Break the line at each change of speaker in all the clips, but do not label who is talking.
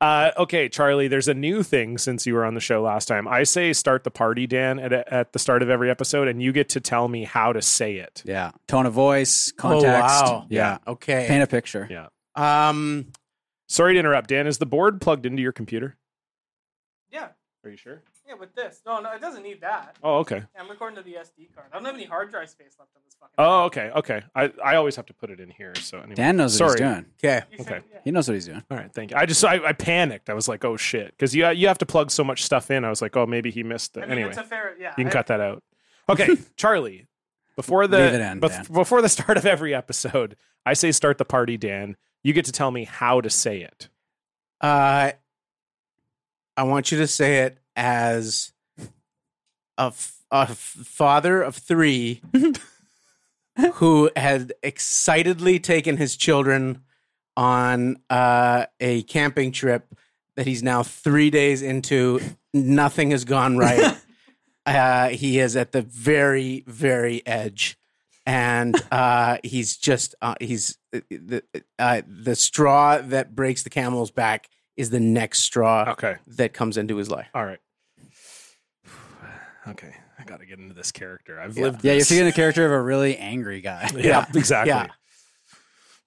Uh, okay, Charlie, there's a new thing since you were on the show last time. I say start the party, Dan, at, at the start of every episode, and you get to tell me how to say it.
Yeah. Tone of voice, context.
wow.
Yeah.
Uh, Okay.
Paint a picture.
Oh, Yeah.
Um,
Sorry to interrupt, Dan. Is the board plugged into your computer?
Yeah.
Are you sure?
Yeah, with this. No, no, it doesn't need that.
Oh, okay.
I'm recording to the SD card. I don't have any hard drive space left on this fucking.
Oh, okay. Okay. I, I always have to put it in here. So anyway.
Dan knows what he's
Sorry.
doing.
okay.
You should-
okay.
yeah.
He knows what he's doing.
All right. Thank you. I just I, I panicked. I was like, oh shit, because you you have to plug so much stuff in. I was like, oh maybe he missed.
I
The,
mean,
anyway,
it's a fair. Yeah.
you can
I-
cut that out. Okay, Charlie. Before the
Leave it in,
bef-
Dan.
before the start of every episode, I say start the party, Dan. You get to tell me how to say it.
Uh, I want you to say it as a, f- a f- father of three who had excitedly taken his children on uh, a camping trip that he's now three days into. Nothing has gone right. uh, he is at the very, very edge. And uh, he's just uh, he's uh, the uh, the straw that breaks the camel's back is the next straw
Okay.
that comes into his life.
All right. Okay. I got to get into this character. I've
Yeah.
lived.
Yeah, you're
this.
taking the character of a really angry guy.
Yeah, exactly.
Yeah.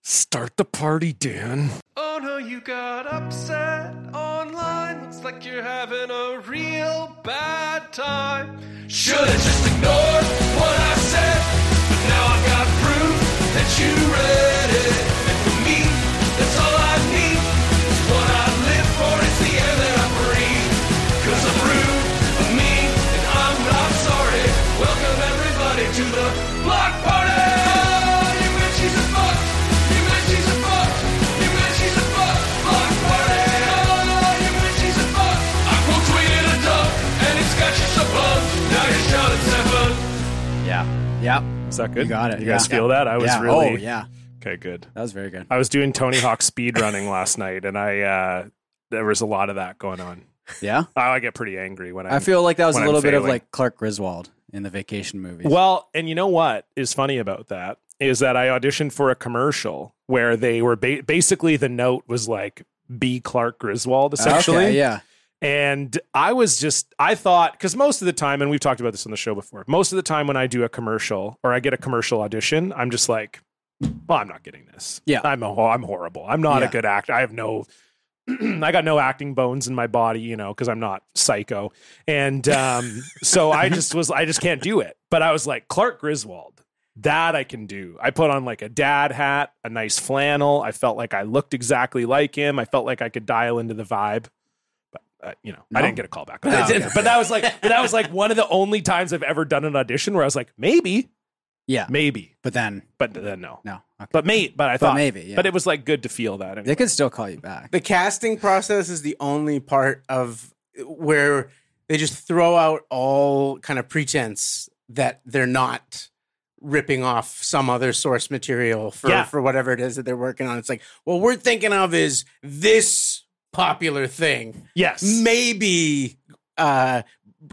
Start the party, Dan.
Oh no, you got upset online. Looks like you're having a real bad time. Should've just ignored what I said, but now I've got proof that you read it. And for me, that's all I need. It's what I live for, it's the air that I breathe. Cause I'm rude, I'm mean, and I'm not sorry. Welcome everybody to the block party! You bet she's a fuck! You bet she's a fuck! You bet she's a fuck! Block party! Oh, you bet she's a fuck! I quote tweeted a duck, and it's got you so bugged. Now you're shouting seven.
Yeah. Yep.
Is that good?
You got it,
You guys
yeah.
feel that? I was
yeah.
really.
Oh, yeah.
Okay. Good.
That was very good.
I was doing Tony Hawk speed running last night, and I uh, there was a lot of that going on.
Yeah.
I, I get pretty angry when I.
I feel like that was a
when I'm
little bit of
failing.
like Clark Griswold in the vacation movie.
well, and you know what is funny about that is that I auditioned for a commercial where they were ba- basically the note was like be Clark Griswold essentially,
Ah, Oh, Okay, yeah.
And I was just, I thought, because most of the time, and we've talked about this on the show before, most of the time when I do a commercial or I get a commercial audition, I'm just like, well, I'm not getting this.
Yeah.
I'm, a, I'm horrible. I'm not
Yeah.
a good actor. I have no, I got no acting bones in my body, you know, because I'm not psycho. And um, so I just was, I just can't do it. But I was like, Clark Griswold. That I can do. I put on like a dad hat, a nice flannel. I felt like I looked exactly like him. I felt like I could dial into the vibe uh, you know, I
No.
didn't get a call back. on that. But that was like, but that was like one of the only times I've ever done an audition where I was like, maybe,
Yeah.
maybe,
But then,
but then no,
no. Okay.
but mate, but I thought
maybe, yeah.
but it was like good to feel that. Anyway.
They could still call you back.
The casting process is the only part of where they just throw out all kind of pretense that they're not ripping off some other source material for,
Yeah.
for whatever it is that they're working on. It's like, well, we're thinking of is this popular thing,
Yes,
maybe uh,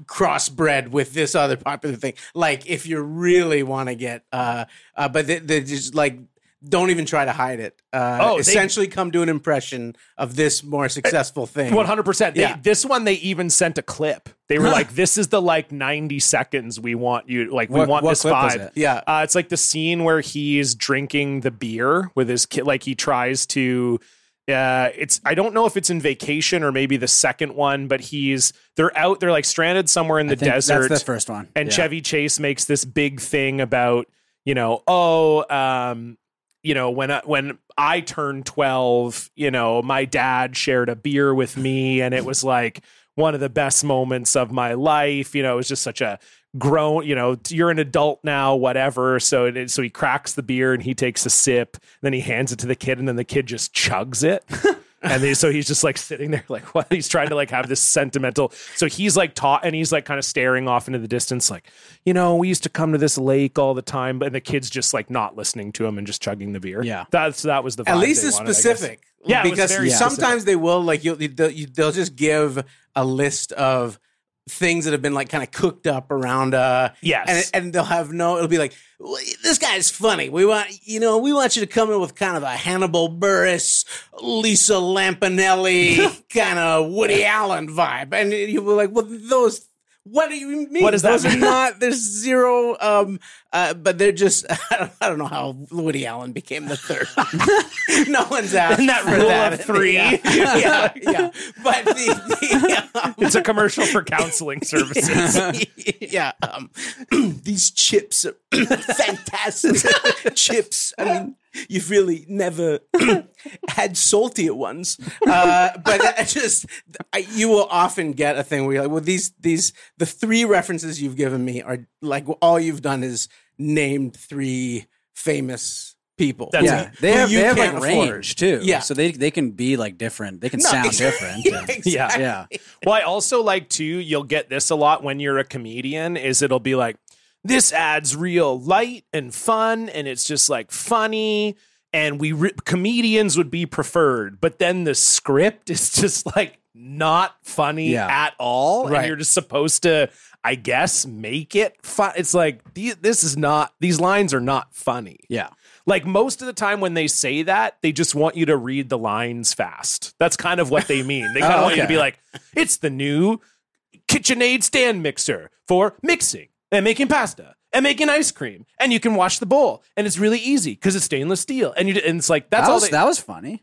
crossbred with this other popular thing. Like if you really want to get, uh, uh, but they, they just like don't even try to hide it. Uh,
Oh, they-
essentially, come to an impression of this more successful thing.
one hundred percent.
Yeah.
This one they even sent a clip. They were like, "This is the like ninety seconds we want you like we
What-
want
what
this
clip was
vibe."
it?
Yeah.
Uh, it's like the scene where he's drinking the beer with his kid. Like he tries to. Uh, it's I don't know if it's in vacation or maybe the second one, but he's they're out. They're like stranded somewhere in the
I think
desert.
That's the first one.
and
Yeah.
Chevy Chase makes this big thing about you know oh um you know when I, when I turned 12 you know my dad shared a beer with me and it was like one of the best moments of my life you know it was just such a grown you know you're an adult now whatever so it, so he cracks the beer and he takes a sip then he hands it to the kid and then the kid just chugs it and they, so he's just like sitting there like what he's trying to like have this sentimental so he's like taught and he's like kind of staring off into the distance like you know we used to come to this lake all the time but and the kid's just like not listening to him and just chugging the beer
Yeah.
that's that was the
At
vibe
least
they
it's
wanted, I guess.
specific.
Yeah, it was
because
very
sometimes they will like you'll, they'll, you, they'll just give a list of things that have been like kind of cooked up around uh
Yes.
and, and they'll have no it'll be like "Well, this guy's funny we want you know we want you to come in with kind of a hannibal burris lisa lampanelli kind of woody allen vibe and you'll be like well those what do you mean
What does that
those
mean?
are not there's zero um uh but they're just I don't, I don't know how woody allen became the third no one's out
Isn't that
for
rule of three?
yeah yeah, yeah. but the, the um,
it's a commercial for counseling services.
yeah. Um, these chips are fantastic. chips. I mean, you've really never had saltier ones. Uh, but I just, I, you will often get a thing where you're like, well, these, these, the three references you've given me are like, all you've done is named three famous people.
That's
yeah,
it.
they
Who
have
you
they have like
can't afford.
range too.
Yeah.
so they they can be like different. They can
No,
sound
exactly.
different.
Yeah,
and-
Yeah.
yeah,
Well, I also like too, you'll get this a lot when you're a comedian, is it'll be like, this adds real light and fun, and it's just like funny. And we re- comedians would be preferred, but then the script is just like not funny
Yeah.
at all, and
Right.
you're just supposed to, I guess, make it fun. It's like the- this is not; these lines are not funny.
yeah.
Like most of the time when they say that, they just want you to read the lines fast. That's kind of what they mean. They kind of
Oh,
want you to
okay.
be like, it's the new KitchenAid stand mixer for mixing and making pasta and making ice cream. And you can wash the bowl. And it's really easy because it's stainless steel. And you and it's like that's
That
all
was
they,
that was funny.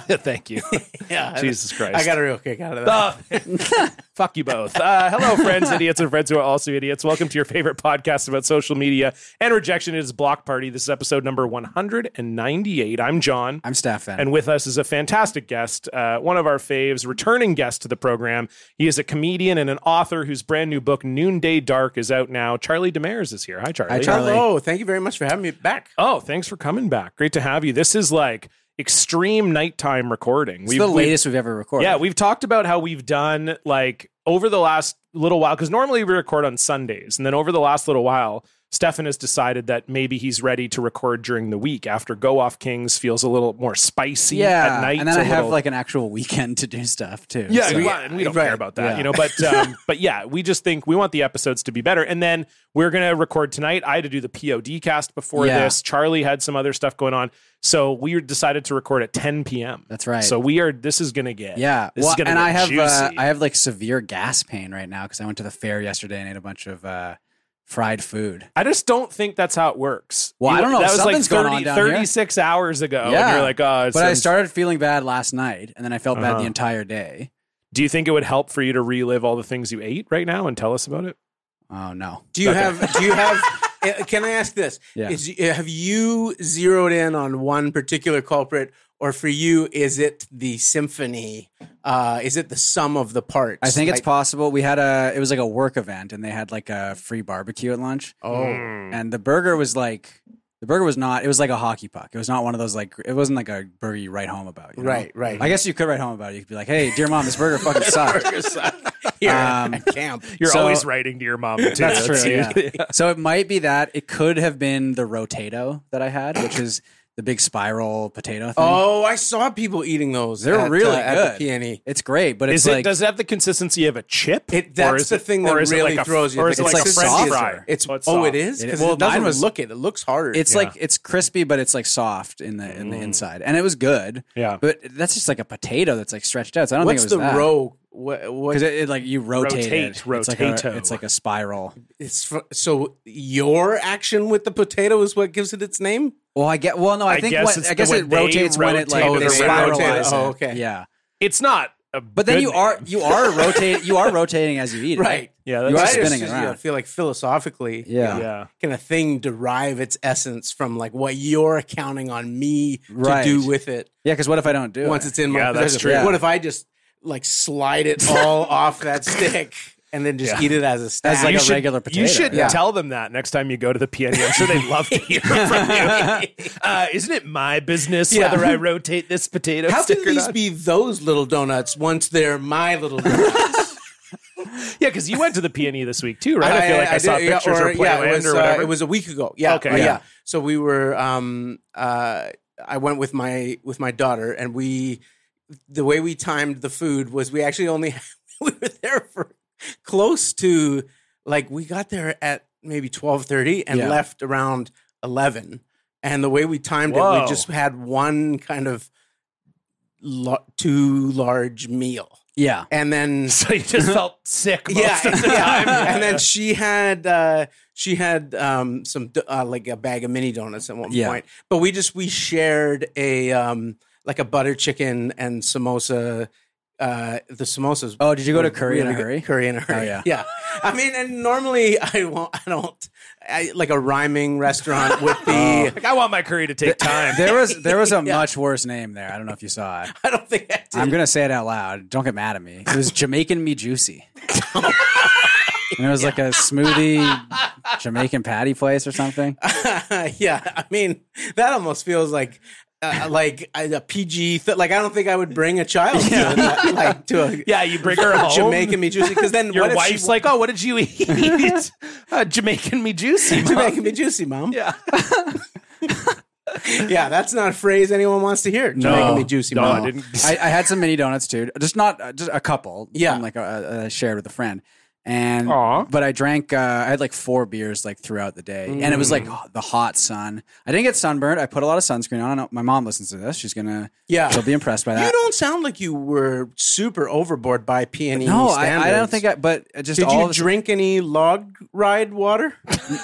Thank you.
Yeah.
Jesus Christ.
I got a real kick out of that.
Uh, fuck you both. Uh, hello, friends, idiots, and friends who are also idiots. Welcome to your favorite podcast about social media and rejection. It is Block Party. This is episode number 198. I'm John.
I'm staff fan.
And with us is a fantastic guest, uh, one of our faves, returning guest to the program. He is a comedian and an author whose brand new book, Noonday Dark, is out now. Charlie Demers is here. Hi, Charlie.
Hi, Oh, Charlie.
Hello. Oh, Thank you very much for having me back.
Oh, thanks for coming back. Great to have you. This is like extreme nighttime recording.
it's the latest we've ever recorded.
Yeah, we've talked about how we've done like over the last little while because normally we record on Sundays, and then over the last little while, Stefan has decided that maybe he's ready to record during the week after Go Off Kings feels a little more spicy
yeah.
at night.
and then
a
I have
little-
like an actual weekend to do stuff too.
yeah,
so-
we, and we don't
right,
care about that,
yeah.
you know. But um, but yeah, we just think we want the episodes to be better, and then we're gonna record tonight. I had to do the POD cast before
Yeah.
this. Charlie had some other stuff going on, so we decided to record at 10 p.m.
That's right.
So we are. This is gonna get
Yeah,
This
well,
is gonna
and
get
I have uh,
juicy.
I have like severe gas pain right now because I went to the fair yesterday and ate a bunch of uh, fried food.
I just don't think that's how it works.
Well, I don't know.
That was like
Something's going
30,
on down here.
36 hours ago. And
Yeah.
you're like, oh, it's
But I started feeling bad last night, and then I felt bad
Uh-huh.
the entire day.
Do you think it would help for you to relive all the things you ate right now and tell us about it?
Oh no!
Do you
Okay.
have? Do you have? uh, can I ask this?
Yeah.
Is, have you zeroed in on one particular culprit, or for you, is it the symphony? Uh, is it the sum of the parts?
I think it's
Like,
possible. We had a it was like a work event, and they had like a free barbecue at lunch,
oh,
Mm.
and the burger was like the burger was not. It was like a hockey puck. It was not one of those like it wasn't like a burger you write home about. you know?
right, right.
I guess you could write home about it. You could be like, "Hey, dear mom, this burger fucking sucked."
Here
um,
at camp.
You're
So-
always writing to your mom. Too.
That's true.
you.
Yeah. So it might be that it could have been the rotato that I had, which is the big spiral potato thing.
Oh, I saw people eating those.
They're
at,
really
uh, at
good.
the peony.
It's great, but it's
Is it,
like
does it have the consistency of a chip? Or
It, that's
is
the
it-
thing
or
that
is it
really
like a,
throws you.
Or is it
It's
like,
like
French
soft.
fry?
It's
Well, it's
oh,
soft.
it is
It
because
is.
it,
Well,
doesn't
mine was-
look it. It looks harder.
it's
Yeah.
like it's crispy, but it's like soft in the in the inside, and it was good.
Yeah.
but that's just like a potato that's like stretched out. So I don't
what's
think it
the
was that.
row? What, what
because it, it, like you rotate, it.
Rotate,
It's like, a,
rotato.
it's like a spiral.
It's fr- so your action with the potato is what gives it its name.
Well, I get. Well, no, I,
I
think
guess
what,
it's
I
the-
guess
when
it
they
rotates when it like
rotate
it
they
or they rotate
spiralize
it.
it.
Oh, okay.
yeah.
It's not. A
But then
good
you are
name.
you are rotate you are rotating as you eat it.
Yeah.
You are
That's,
Right? It's
spinning
just,
around.
you know, I feel like philosophically,
Yeah.
yeah.
can a thing derive its essence from like what you're counting on me
Right.
to do with it
Yeah, because what if I don't do
once
it?
it's in my
Yeah, that's
possession?
true.
Yeah.
What if I just like slide it all off that stick and then just
Yeah.
eat it as a stack?
like
you
a
should,
regular
You
potato.
should
Yeah.
tell them that next time you go to the PNE. I'm sure they'd love to hear from you. Uh, isn't it my business
Yeah.
whether I rotate this potato
How
stick
can
or
these
not?
be those little donuts once they're my little donuts?
yeah, because you went to the PNE this week too, right? I, feel like I, saw
did, yeah,
pictures or, Playland
yeah, it was,
or
uh,
whatever.
it was a week ago. Yeah.
Okay.
uh,
Yeah.
yeah. So we were um uh I went with my with my daughter and we the way we timed the food was we actually only we were there for close to like we got there at maybe twelve thirty and
Yeah.
left around eleven. And the way we timed it,
Whoa.
we just had one kind of lo- too large meal,
Yeah.
and then
So you just felt sick most
yeah,
of the
yeah.
time.
and then she had uh, she had um, some do- uh, like a bag of mini donuts at one
Yeah.
point. But we just we shared a um, like a butter chicken and samosa. Uh, the samosas.
Oh, did you go to
were
Curry in a
really good-
Hurry? Oh,
Curry in a hurry.
yeah.
yeah. I mean, and normally I won't. I don't. I, like a rhyming restaurant would be.
Oh.
Like, I want my curry to take time.
There was there was a
Yeah.
much worse name there. I don't know if you saw it.
I don't think I did.
I'm gonna say it out loud. Don't get mad at me. It was Jamaican Me Juicy. and it was like a smoothie Jamaican patty place or something.
yeah, I mean that almost feels like uh, like a, a PG. Th- like I don't think I would bring a child to that, like to a
yeah, you bring her home.
Jamaican me juicy because then
Your
what if she-
wife's like, oh, what did you eat? uh, Jamaican me juicy. Mom.
Jamaican me juicy, mom.
Yeah.
Yeah, that's not a phrase anyone wants to hear. Jamaican me juicy,
no,
mom.
I didn't.
I, I had some mini donuts too, just not uh, just a couple.
Yeah.
from, like uh, uh, shared with a friend. And
Aw.
but I drank. Uh, I had like four beers like throughout the day, and it was like the hot sun. I didn't get sunburned. I put a lot of sunscreen on. I know- My mom listens to this. She's gonna.
Yeah.
she'll be impressed by that.
You don't sound like you were super overboard by peony.
no, I, I
standards.
don't think. I But just
Did
all
you
of-
drink any log ride water?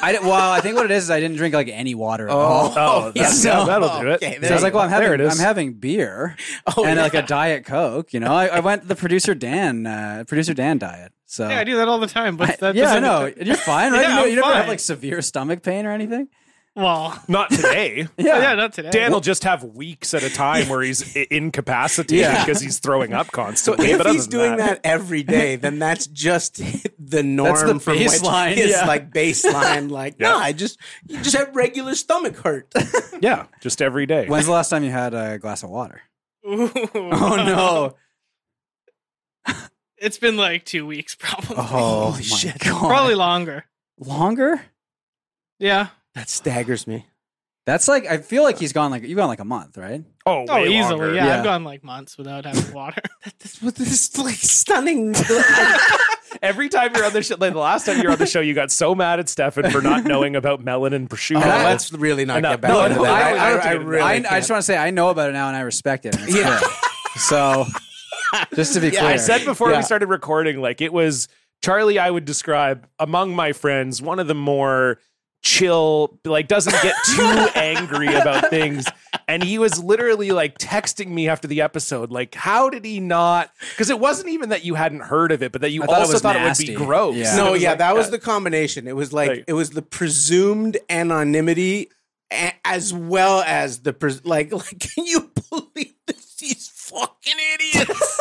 I didn't, well, I think what it is is I didn't drink like any water at all.
Oh,
yeah,
that's-
so-
that'll do it.
Okay,
So I was like, well, I'm
There
having,
it is.
I'm having beer
Oh,
and
yeah.
like a diet coke. You know, I, I went the producer Dan, uh, producer Dan diet. So
Yeah, I do that all the time. But that
yeah, I
doesn't-
know. And You're fine, right?
Yeah,
you know,
I'm
you never have
fine.
like severe stomach pain or anything.
Well,
Not today.
yeah, not today.
Dan will just have weeks at a time where he's i- incapacitated
Yeah.
because he's throwing up
So
constantly.
if
but other
he's
than
doing that. every day, then that's just the norm
That's the
from
baseline,
which his
yeah.
like baseline. Like,
Yeah.
nah, I just you just have regular stomach hurt.
yeah, just every day.
When's the last time you had a glass of water? Oh no!
It's been like two weeks, probably.
Oh,
Holy
my
shit.
God.
Probably longer.
longer.
Yeah.
that staggers me.
That's like I feel like he's gone like you've gone like a month, right?
oh,
Oh,
way
easily.
longer.
Yeah,
Yeah.
I've gone like months without having water.
That's what this like stunning.
Every time you're on the show, like the last time you were on the show, you got so mad at Stefan for not knowing about melanin prosciutto.
Oh, let's really not
No,
get back
no,
into
no,
that.
I- I
I,
don't
I
do it.
really.
I, I
can't.
just want to say I know about it now and I respect it. And it's
Yeah.
good. So just to be
Yeah,
clear,
I said before
Yeah.
we started recording, like it was Charlie. I would describe among my friends one of the more chill, like doesn't get too angry about things. And he was literally like texting me after the episode, like, how did he not? Because it wasn't even that you hadn't heard of it, but that you
I thought it
also
was
thought it
nasty.
would be gross.
Yeah.
And it
No, yeah,
like,
that was
uh,
the combination. It was like
Like-
it was the presumed anonymity, a- as well as the pres- like. Like, can you believe this? These fucking idiots.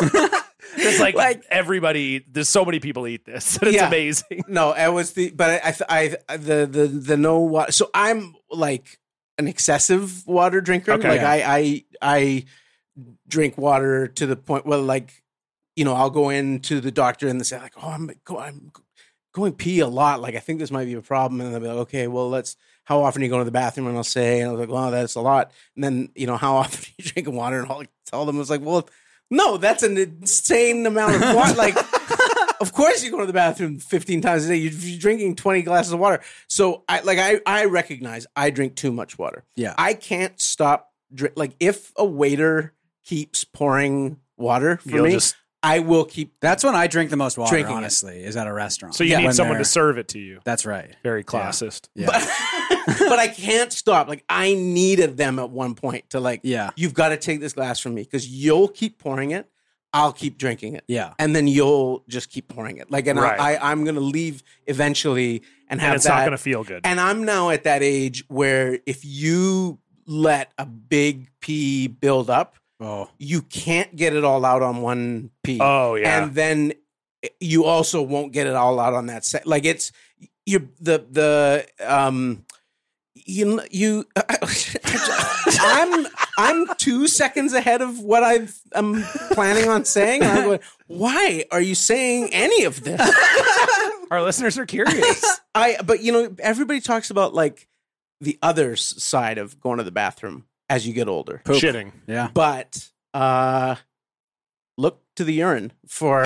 It's like,
like-
everybody, there's so many people eat this. And it's
Yeah.
amazing.
No, I was the but I I, I the the the no water. So I'm like an excessive water drinker.
Okay.
Like I I I drink water to the point where like you know I'll go into the doctor and they say like oh I'm go, I'm going pee a lot. Like I think this might be a problem. And they'll be like okay well let's how often are you going to the bathroom? And I'll say and I was like well that's a lot. And then you know how often are you drinking water? And I'll tell them I was like well no that's an insane amount of water. like of course you go to the bathroom 15 times a day You- you're drinking 20 glasses of water so i like i i recognize i drink too much water
Yeah.
i can't stop drink like if a waiter keeps pouring water for
You'll
me
just-
i will keep
That's when I drink the most water,
Drinking it.
honestly, is at a restaurant.
So you
When
need someone
they're-
to serve it to you.
That's right.
Very classist.
Yeah.
but, but i can't stop like i needed them at one point to like
Yeah.
you've got to take this glass from me because you'll keep pouring it i'll keep drinking it
yeah.
and then you'll just keep pouring it like and
Right.
I, I i'm gonna leave eventually and have
And it's
that
not going to feel good.
And I'm now at that age where if you let a big pee build up,
Oh.
you can't get it all out on one pee.
oh, yeah.
And then eh, you also won't get it all out on that set. Like it's you the the um you you I'm I'm 2 seconds ahead of what I am planning on saying and I'm going why are you saying any of this?
Our listeners are curious.
I but you know everybody talks about like the other s- side of going to the bathroom as you get older.
Poop.
Shitting.
Yeah.
But uh look to the urine for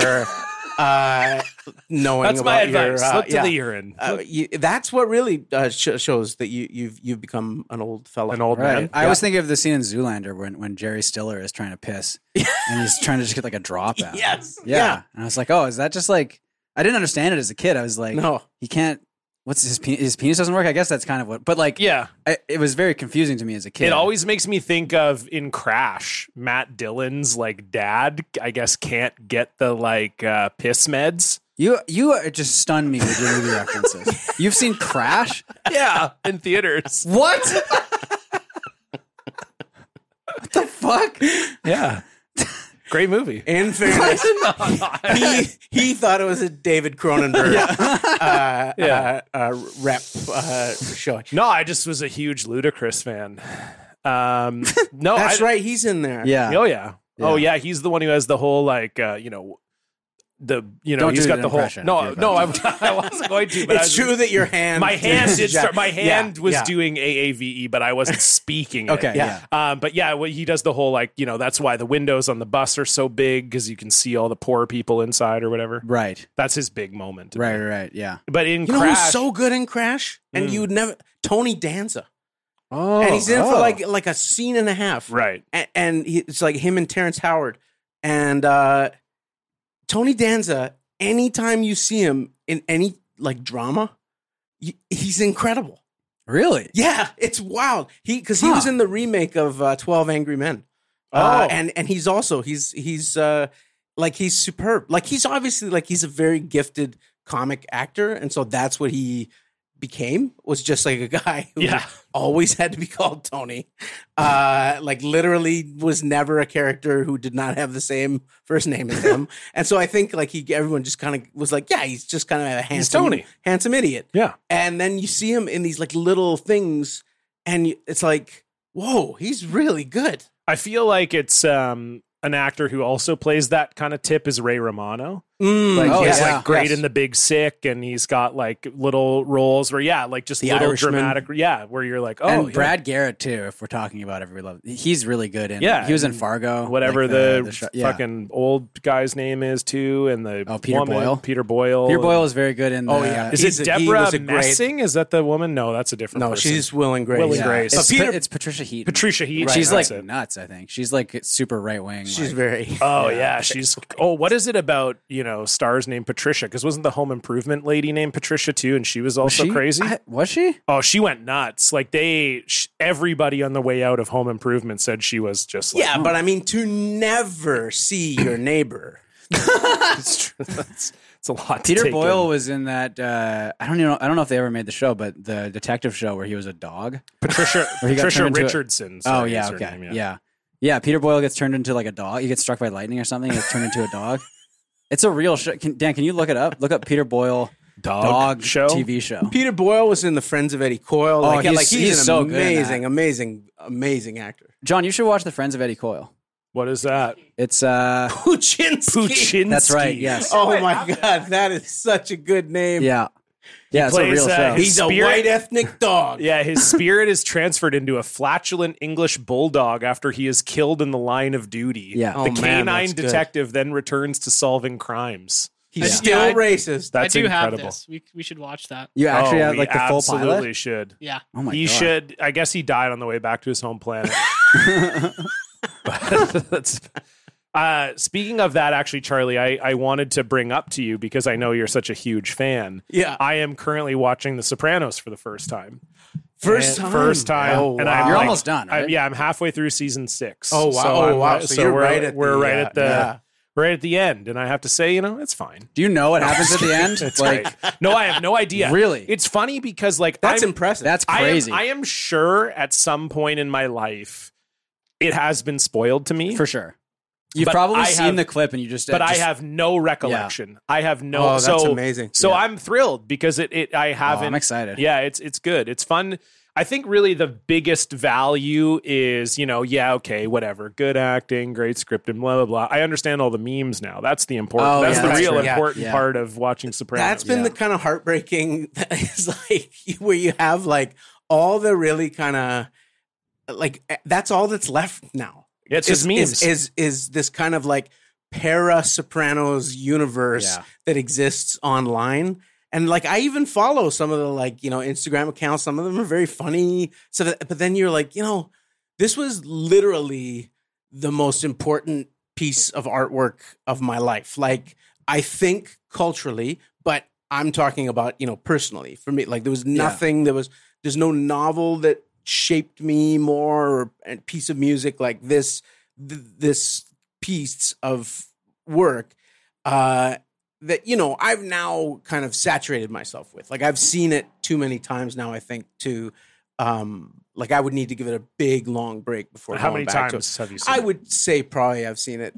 uh, knowing
That's my
about your,
advice.
uh,
Look to
yeah.
the urine.
Uh, you, that's what really uh, sh- shows that you, you've you've become an old fella.
An old
Right.
man.
I was thinking of the scene in Zoolander when, when Jerry Stiller is trying to piss and he's trying to just get like a drop out.
Yes.
Yeah.
Yeah.
And I was like, oh, is that just like, I didn't understand it as a kid. I was like,
No.
he can't, what's his penis? His penis doesn't work? I guess that's kind of what, but like,
Yeah.
I, it was very confusing to me as a kid.
It always makes me think of in Crash, Matt Dillon's like dad, I guess can't get the like uh, piss meds.
you, you are- just stunned me with your movie references. You've seen Crash?
Yeah, in theaters.
What? what the fuck?
Yeah. Great movie.
In fairness, he he thought it was a David Cronenberg uh,
Yeah.
uh, uh, rep uh, show.
No, I just was a huge Ludacris fan. Um, no,
That's
I,
right. He's in there.
Yeah.
Oh yeah. Oh
Yeah.
yeah. He's the one who has the whole like uh, you know the you know
Don't
he's
do
got
an
the whole
impression
no
if
no
you're
I, I wasn't going to. But I was-
It's true that your hand.
My hand did
Yeah.
start. My
Yeah.
hand was
Yeah.
doing AAVE, E, but I wasn't speaking. it.
Okay.
Yeah.
Yeah.
Um, but yeah, well, he does the whole like you know that's why the windows on the bus are so big because you can see all the poor people inside or whatever.
Right.
That's his big moment.
Right. Right. Yeah.
But in
You know
Crash,
who's so good in Crash, and
Mm.
you would never Tony Danza,
Oh.
and he's in it for
oh.
like like a scene and a half,
right.
and, and he, it's like him and Terrence Howard, and uh, Tony Danza. Anytime you see him in any like drama, y- he's incredible.
Really?
Yeah, it's wild. He because he was
Huh.
in the remake of uh, Twelve Angry Men. Uh, and and he's also he's he's uh, like he's superb. Like he's obviously like he's a very gifted comic actor, and so that's what he became was just like a guy who
Yeah.
always had to be called Tony. Uh, like literally was never a character who did not have the same first name as him. and so I think like he everyone just kind of was like, yeah, he's just kind of a handsome
Tony.
handsome idiot
Yeah.
and then you see him in these like little things and you, it's like whoa he's really good
I feel like it's um, an actor who also plays that kind of tip is Ray Romano.
Mm,
Like
Oh,
he's
yeah.
like great
Yes.
in The Big Sick, and he's got like little roles where yeah, like just
The
little
Irishman.
dramatic yeah, where you're like oh
and
yeah.
Brad Garrett too. If we're talking about every love, he's really good in.
Yeah.
he was in Fargo.
whatever
like
the,
show-
fucking old guy's name is too, and the
Oh, Peter
woman,
Boyle?
Peter Boyle.
Peter Boyle is very good in.
Oh,
the- uh,
yeah.
Is
He's
it
a- he
Deborah
was a great-
Messing? Is that the woman? No, that's a different.
no
person.
she's will and grace
Will and
yeah.
Grace.
It's,
But Peter-
Pa- it's Patricia Heaton.
Patricia Heaton.
She's
that's
like
it.
nuts. I think she's like super right wing.
she's
like,
very
Oh yeah. she's. Oh, what is it about you know stars named Patricia? Because wasn't the Home Improvement lady named Patricia too, and she was also
she,
crazy.
I- was she?
oh, she went nuts. Like they, sh- everybody on the way out of Home Improvement said she was just. Like,
yeah but i mean to never see your neighbor
it's, true. That's- it's a lot. to
Peter
take
Boyle
in.
was in that. Uh, I don't even. Know, I don't know if they ever made the show, but the detective show where he was a dog.
Patricia
Or he got
Patricia
turned into a-
Richardson.
oh
sorry, is
yeah.
her
Okay.
name,
yeah. yeah. Peter Boyle gets turned into like a dog. He gets struck by lightning or something. He gets turned into a dog. It's a real show. Can, Dan, can you look it up? Look up Peter Boyle
Dog,
dog
show.
TV show.
peter boyle was in the friends of eddie coyle
Oh,
like,
he's-
like he's,
he's
an
so good in that.
amazing amazing amazing actor
John, you should watch The Friends of Eddie Coyle.
What is that?
It's uh
Puchinsky.
Puchinsky.
that's right, yes.
oh my god that is such a good name
Yeah. Yeah, it's a
plays,
real
uh,
show.
he-
he's a
Spirit-
white ethnic dog
Yeah, his spirit is transferred into a flatulent English bulldog after he is killed in the line of duty.
Yeah.
the
Oh, man,
canine
that's good.
detective then returns to solving crimes.
he's
Yeah.
still
Yeah, I-
racist
That's
I do
incredible.
have this. We, we should watch that.
you actually
Oh,
have
we
like the full
absolutely
pilot.
should.
Yeah.
Oh my
he
god.
should. I guess he died on the way back to his home planet. But that's- uh, speaking of that, actually, Charlie, I, I wanted to bring up to you because I know you're such a huge fan.
yeah
I am currently watching The Sopranos for the first time.
first
And-
time
First time.
Oh,
and
wow.
I'm
You're
like-
almost done,
I'm-
right?
yeah, I'm halfway through season six.
Oh, wow. Oh,
I'm- uh,
wow. So you're
we're
right at
we're
the,
right
uh,
at the
yeah.
right at the end, and I have to say, you know, it's fine.
Do you know what happens at the end?
It's
like
like no, I have no idea.
Really?
it's funny because like
that's
I'm,
impressive
that's
I am-
crazy.
I am, sure at some point in my life it has been spoiled to me
for sure. You've
But
probably
I
seen
have-
the clip and you just
but
it
I
just-
have no recollection. I have no.
Oh, that's
so,
amazing.
So
Yeah.
I'm thrilled because it. it I
oh,
haven't.
I'm excited.
Yeah, it's it's good. It's fun. I think really the biggest value is, you know, yeah, okay, whatever. Good acting, great script, and blah blah blah. I understand all the memes now. That's the important.
Oh,
that's
yeah,
the
that's
real
true.
Yeah,
important
yeah.
part of watching Sopranos.
That's been the kind of heartbreaking it's like where you have like all the really kind of like that's all that's left now.
it's just memes.
Is, is is this kind of like para Sopranos universe
Yeah.
that exists online. And like I even follow some of the like, you know, Instagram accounts. Some of them are very funny. So that, but then you're like, you know, this was literally the most important piece of artwork of my life. Like I think culturally, but I'm talking about, you know, personally for me. Like there was nothing there was there's no novel that shaped me more or a piece of music like this th- this piece of work uh that you know I've now kind of saturated myself with. Like I've seen it too many times now. I think to um like I would need to give it a big long break before
How many
going back to it.
times have you seen
I
it?
would say probably I've seen it.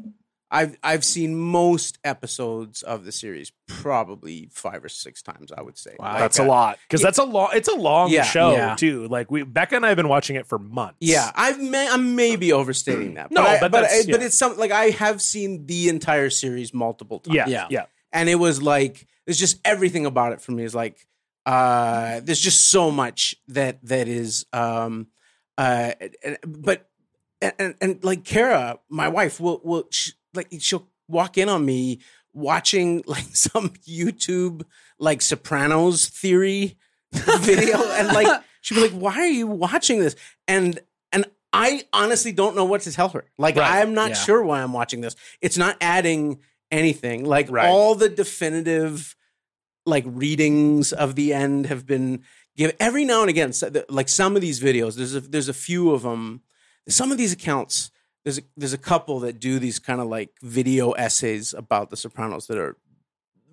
I've I've seen most episodes of the series probably five or six times. I would say
Wow.
Like,
that's a
uh,
lot because that's a long. It's a long
Yeah,
show
yeah.
too. Like we, Becca and I have been watching it for months.
Yeah, I've may, I'm maybe overstating that.
No,
I-
but
but,
that's-
I- but
yeah.
it's something like I have seen the entire series multiple times.
yeah, yeah,
Yeah.
and it was like it's just everything about it for me is like uh there's just so much that that is um uh and- but and and, and like Kara my wife will will sh like she'll walk in on me watching like some YouTube like Sopranos theory video and like she'd be like why are you watching this and and I honestly don't know what to tell her like
Right.
I'm not
Yeah.
sure why I'm watching this it's not adding anything. Like
Right.
all the definitive like readings of the end have been given every now and again. So the- like some of these videos, there's a, there's a few of them. Some of these accounts, there's a, there's a couple that do these kind of like video essays about The Sopranos that are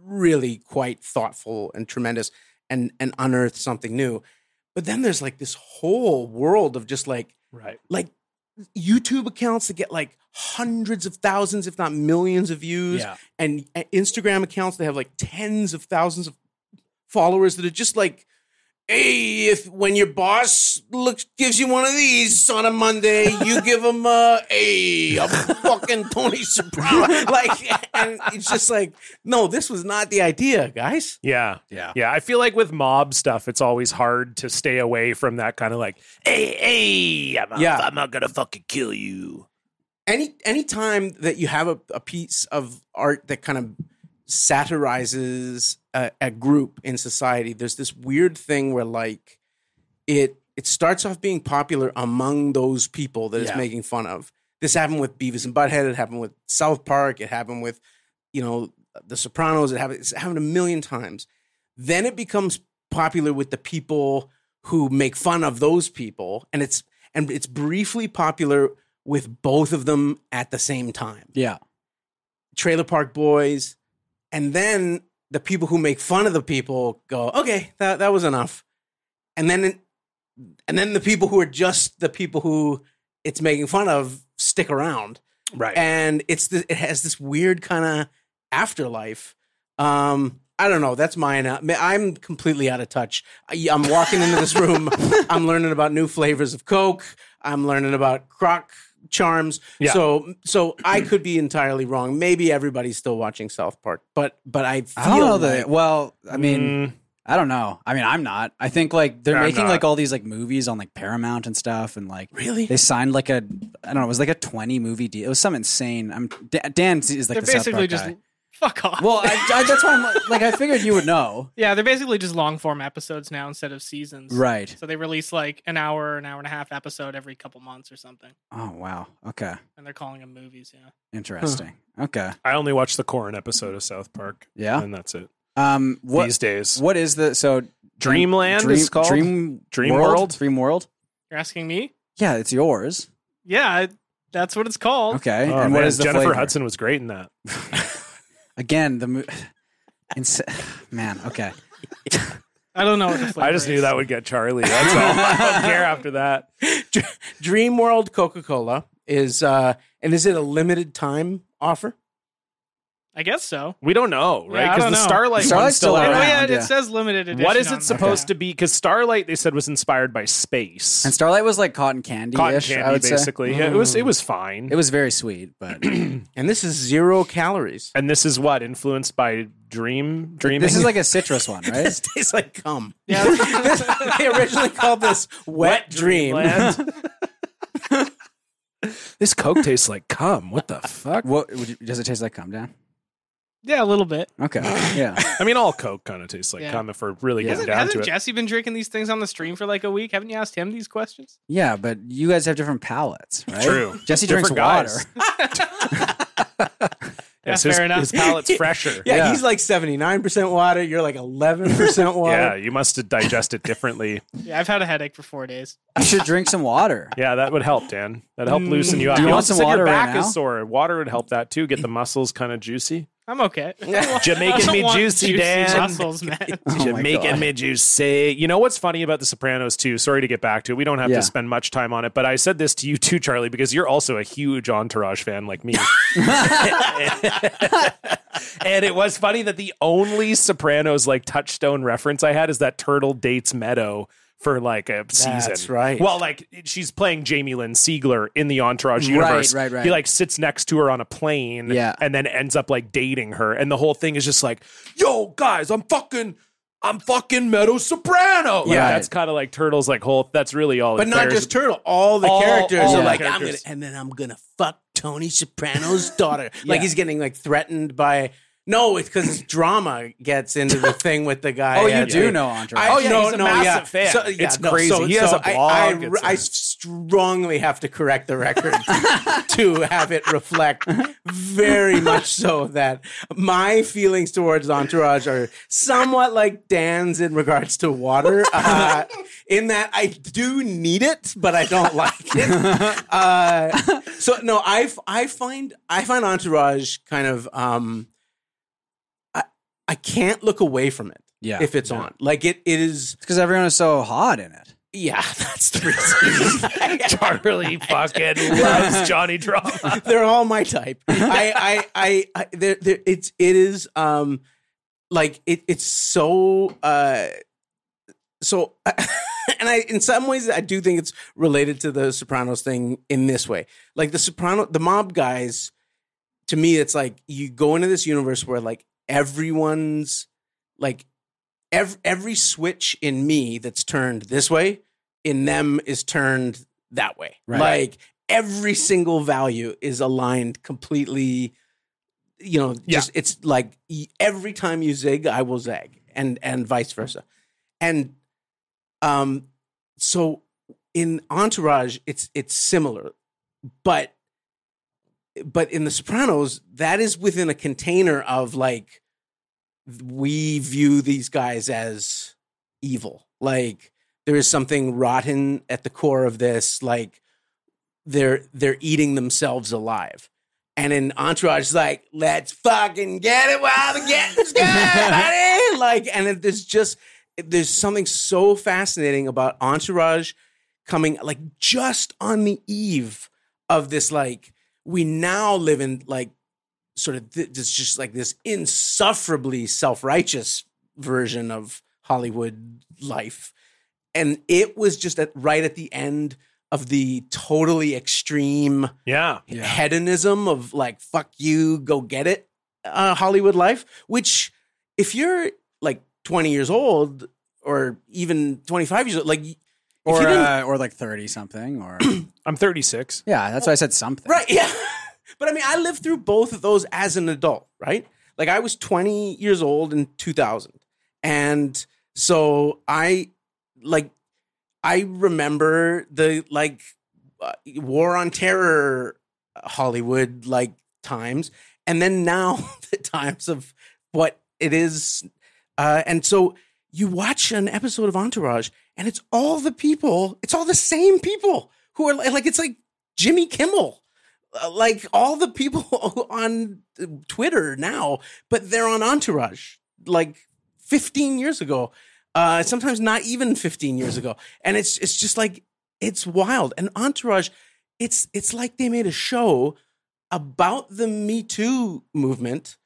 really quite thoughtful and tremendous, and and unearth something new. But then there's like this whole world of just like
Right.
like YouTube accounts that get like hundreds of thousands, if not millions of views,
Yeah.
and uh, Instagram accounts that have like tens of thousands of followers that are just like, hey, if when your boss looks gives you one of these on a Monday, you give him a hey, a fucking Tony Soprano, like, and it's just like, no, this was not the idea, guys.
Yeah.
Yeah.
Yeah. I feel like with mob stuff, it's always hard to stay away from that kind of like, hey, hey, I'm,
Yeah.
I'm not going to fucking kill you.
any any time that you have a, a piece of art that kind of satirizes a, a group in society there's this weird thing where like it it starts off being popular among those people that it's
Yeah.
making fun of this happened with beavis and butthead it happened with south park it happened with you know the sopranos it happened it's happened a million times then it becomes popular with the people who make fun of those people and it's and it's briefly popular with both of them at the same time
Yeah.
trailer park boys and then the people who make fun of the people go okay that, that was enough and then and then the people who are just the people who it's making fun of stick around
Right.
and it's the, it has this weird kind of afterlife. Um, I don't know. That's mine. I mean, I'm completely out of touch. I, I'm walking into this room. I'm learning about new flavors of Coke. I'm learning about croc charms.
Yeah.
So, so I could be entirely wrong. Maybe everybody's still watching South Park, but but I feel
I don't know
like,
that. Well, I mean,
Mm,
I don't know. I mean, I'm not. I think like they're
I'm
making
not.
like all these like movies on like Paramount and stuff, and like
Really?
they signed like a I don't know. It was like a 20 movie deal. It was some insane. I'm Da- Dan is like
They're
the South
basically
Park
just
guy.
fuck off.
Well, I, I, that's why I'm like, like I figured you would know,
yeah, they're basically just long form episodes now instead of seasons.
right?
So they release like an hour, an hour and a half episode every couple months or something,
Oh wow. Okay.
and they're calling them movies. Yeah.
Interesting. Okay.
I only watched the Corn episode of South Park.
Yeah.
And that's it.
Um. What?
These days.
What is the so
Dreamland
Dream,
is called?
Dream
Dream
World?
World?
Dream World.
You're asking me?
Yeah, it's yours.
Yeah, I- that's what it's called.
Okay.
Oh, man,
and what is the
Jennifer
flavor?
Hudson was great in that.
Again, the mo- ins- man. Okay.
I don't know what the
I
flavor
just knew
is.
that would get Charlie. That's all. I don't care after that.
Dream World Coca Cola is uh, and is it a limited time offer?
I guess so.
We don't know,
Yeah,
right?
I
Because
don't
the
know.
Starlight,
Starlight's
one's still
still
Oh,
out.
around.
yeah, it
yeah.
says limited edition.
What is
on
it
the-
supposed to be? Because Starlight, they said, was inspired by space.
And Starlight was like cotton candy
Cotton
ish. I
candy,
would
basically. Yeah, it was it was fine.
Say. It was very sweet, but
And this is zero calories.
And this is what influenced by dream dreaming.
this is like a citrus one, right?
This tastes like cum.
Yeah.
they originally called this wet, dream.
Dreamland. This Coke tastes like cum. What the fuck?
What would you, does it taste like? Come down.
Yeah, a little bit.
Okay. Yeah.
I mean, all Coke kind of tastes like
Yeah.
cum if we're really
Yeah.
getting
Hasn't,
down to
hasn't
it.
Jesse been drinking these things on the stream for like a week? Haven't you asked him these questions?
Yeah, but you guys have different palates, right?
True.
Jesse drinks
Different guys.
water.
Yes,
fair
his,
enough.
his palate's fresher.
Yeah,
Yeah.
he's like 79% water. You're like 11% water.
Yeah, you must have digested differently.
Yeah, I've had a headache for four days.
You should drink some water.
Yeah, that would help, Dan. That'd help loosen you up.
Mm. Do you want
also
some
said
water
Your
right
back
now?
is sore. Water would help that too. Get the muscles kind of juicy.
I'm okay. I
Jamaican
don't
me
want
juicy, Dan.
muscles, man.
Oh my
Jamaican
God.
mid juice say. You know what's funny about The Sopranos too? Sorry to get back to it. We don't have
Yeah.
to spend much time on it, but I said this to you too, Charlie, because you're also a huge Entourage fan like me. and it was funny that the only Sopranos like touchstone reference I had is that turtle dates Meadow for like a season.
That's right.
Well, like she's playing Jamie Lynn Siegler in the Entourage
Right,
universe.
right, right.
He like sits next to her on a plane
Yeah.
and then ends up like dating her. And the whole thing is just like, yo, guys, I'm fucking, I'm fucking Meadow Soprano. Like,
Yeah.
That's kind of like Turtles, like whole, that's really all.
But
it
not
cares
just Turtle. All the
All-
characters
all
are
the
like, I'm gonna,
characters.
and then I'm gonna fuck Tony Soprano's daughter.
Yeah.
Like he's getting like threatened by. No, it's because drama gets into the thing with the guy.
Oh, you
at-
do know Entourage.
I,
Oh, yeah,
no,
he's a
no,
massive
yeah.
fan.
So, yeah,
It's
no,
crazy.
So,
He has
so
a blog.
I, I,
It's-
I strongly have to correct the record to have it reflect very much so that my feelings towards Entourage are somewhat like Dan's in regards to water, uh, in that I do need it, but I don't like it. Uh, so no, I, f- I find I find Entourage kind of. Um, I- I can't look away from it
Yeah.
if it's on. Like it, it is.
because everyone is so hot in it.
Yeah, that's the reason.
Charlie fucking loves Johnny Drama.
They're all my type. I, I, I, I they're, they're, it's, it is, um, like it, it's so, uh, so, and I, in some ways, I do think it's related to the Sopranos thing in this way. Like the Soprano, the mob guys, to me, it's like you go into this universe where like everyone's, like, every, every switch in me that's turned this way, in them is turned that way.
Right.
Like every single value is aligned completely. You know,
Yeah.
just it's like y- every time you zig, I will zag, and and vice versa, and um, so in Entourage, it's it's similar, but but in The Sopranos, that is within a container of like we view these guys as evil. Like there is something rotten at the core of this. Like they're they're eating themselves alive. And in Entourage, it's like, let's fucking get it while the getting's good, honey. Like, and it, there's just there's something so fascinating about Entourage coming like just on the eve of this like we now live in like sort of th- this just like this insufferably self-righteous version of Hollywood life and it was just at right at the end of the totally extreme
Yeah.
hedonism of like fuck you go get it uh, hollywood life which if you're like 20 years old or even 25 years old like if you
Or
didn't-
uh, or like thirty something. Or
I'm 36.
yeah, that's why I said something.
Right. Yeah. But I mean, I lived through both of those as an adult, right? Like I was 20 years old in 2000. And so I like I remember the like uh, war on terror uh, Hollywood like times and then now the times of what it is uh and so you watch an episode of Entourage and it's all the people, it's all the same people who are like it's like Jimmy Kimmel. Uh, Like all the people on Twitter now, but they're on Entourage like 15 years ago. Uh, sometimes not even 15 years ago. And it's it's just like it's wild. And Entourage, it's it's like they made a show about the Me Too movement,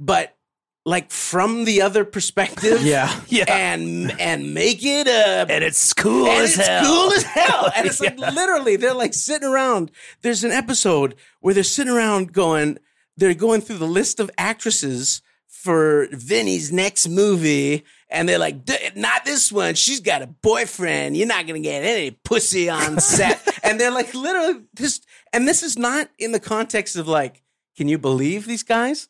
but like from the other perspective.
Yeah.
And and make it a
And it's cool
and it's cool as hell. And it's like literally, they're like sitting around. There's an episode where they're sitting around going, they're going through the list of actresses for Vinny's next movie. and they're like, "D- not this one. She's got a boyfriend. You're not gonna get any pussy on set. and they're like, literally, this. And this is not in the context of like, can you believe these guys?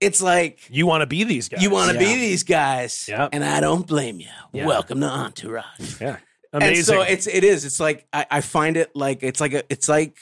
It's like
You want to be these guys.
you want to
Yeah.
be these guys,
Yep.
and I don't blame you.
Yeah.
Welcome to Entourage.
yeah. Amazing.
And so
it's,
it's it is. It's like I, I find it like it's like a it's like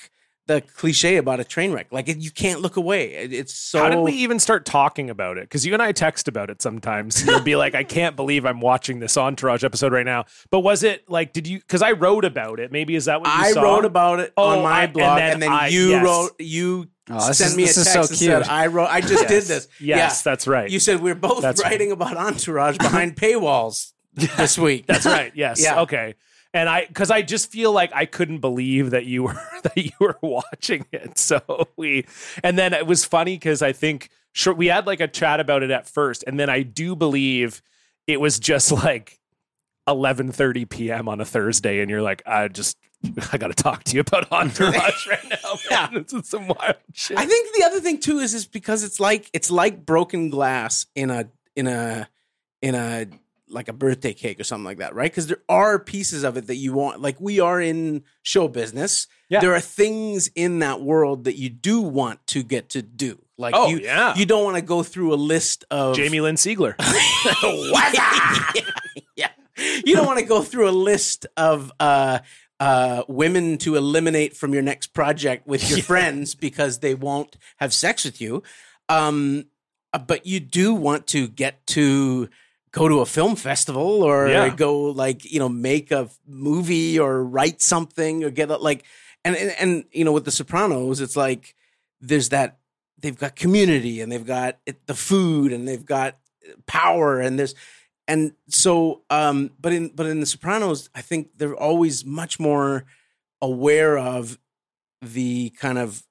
the cliche about a train wreck. Like it, you can't look away. It- it's so.
How did we even start talking about it? Because you and I text about it sometimes. You'll be like, I can't believe I'm watching this Entourage episode right now. But was it like, did you? Because I wrote about it. Maybe is that what you
I
saw?
wrote about it
Oh,
on my
I- and
blog,
then
and then,
I-
you
yes.
wrote you
Oh, this
sent
is-
me a
this
text
is so
and said
cute.
I wrote. I just did this.
Yes,
yeah.
that's right.
You said we're both
That's right.
writing about Entourage behind paywalls this week.
That's right. Yes.
Yeah.
Okay. And I, because I just feel like I couldn't believe that you were that you were watching it. So we, and then it was funny because I think sure we had like a chat about it at first, and then I do believe it was just like eleven thirty p.m. on a Thursday, and you're like, I just I got to talk to you about Entourage right now. Man. This is some wild shit.
I think the other thing too is is because it's like it's like broken glass in a in a in a like a birthday cake or something like that, right? Because there are pieces of it that you want. Like we are in show business.
Yeah.
There are things in that world that you do want to get to do. Like
Oh,
you,
yeah.
you don't want to go through a list of
Jamie Lynn Siegler.
yeah, yeah. You don't want to go through a list of uh, uh, women to eliminate from your next project with your friends because they won't have sex with you. Um, uh, but you do want to get to go to a film festival or
Yeah.
go like you know make a movie or write something or get a, like and, and and you know with the Sopranos it's like there's that they've got community and they've got it- the food and they've got power and there's and so um but in but in the sopranos i think they're always much more aware of the kind of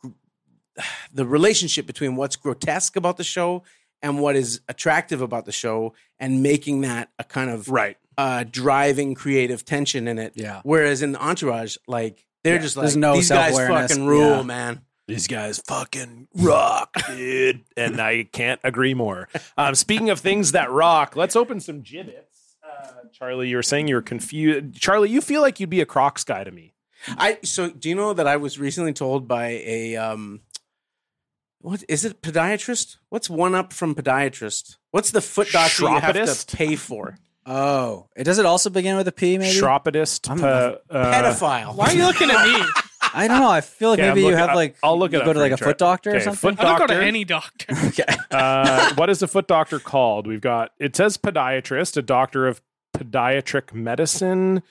gr- the relationship between what's grotesque about the show and what is attractive about the show and making that a kind of
right.
uh driving creative tension in it
Yeah.
whereas in entourage like they're just like
There's no
these guys
self-awareness.
fucking rule
Yeah.
man
These guys fucking rock, dude. and I can't agree more. Um, speaking of things that rock, let's open some gibbets. Uh, Charlie, you were saying you were confused. Charlie, you feel like you'd be a Crocs guy to me.
I so do you know that I was recently told by a um what is it podiatrist? What's one up from podiatrist? What's the foot doctor you have
Shropodist?
to pay for?
Oh, it does it also begin with a P? Maybe
Shropodist.
I'm
pa- uh,
Pedophile.
Why are you looking at me?
I don't know. I feel like
Okay, I'm
maybe you
looking-
have
I-
like
I'll look it
you
up
go to
for
like
you,
a
Charlie.
foot doctor or
Okay,
something.
foot
I don't go
Doctor?
to any doctor.
uh, what is the foot doctor called? We've got, it says podiatrist, a doctor of podiatric medicine.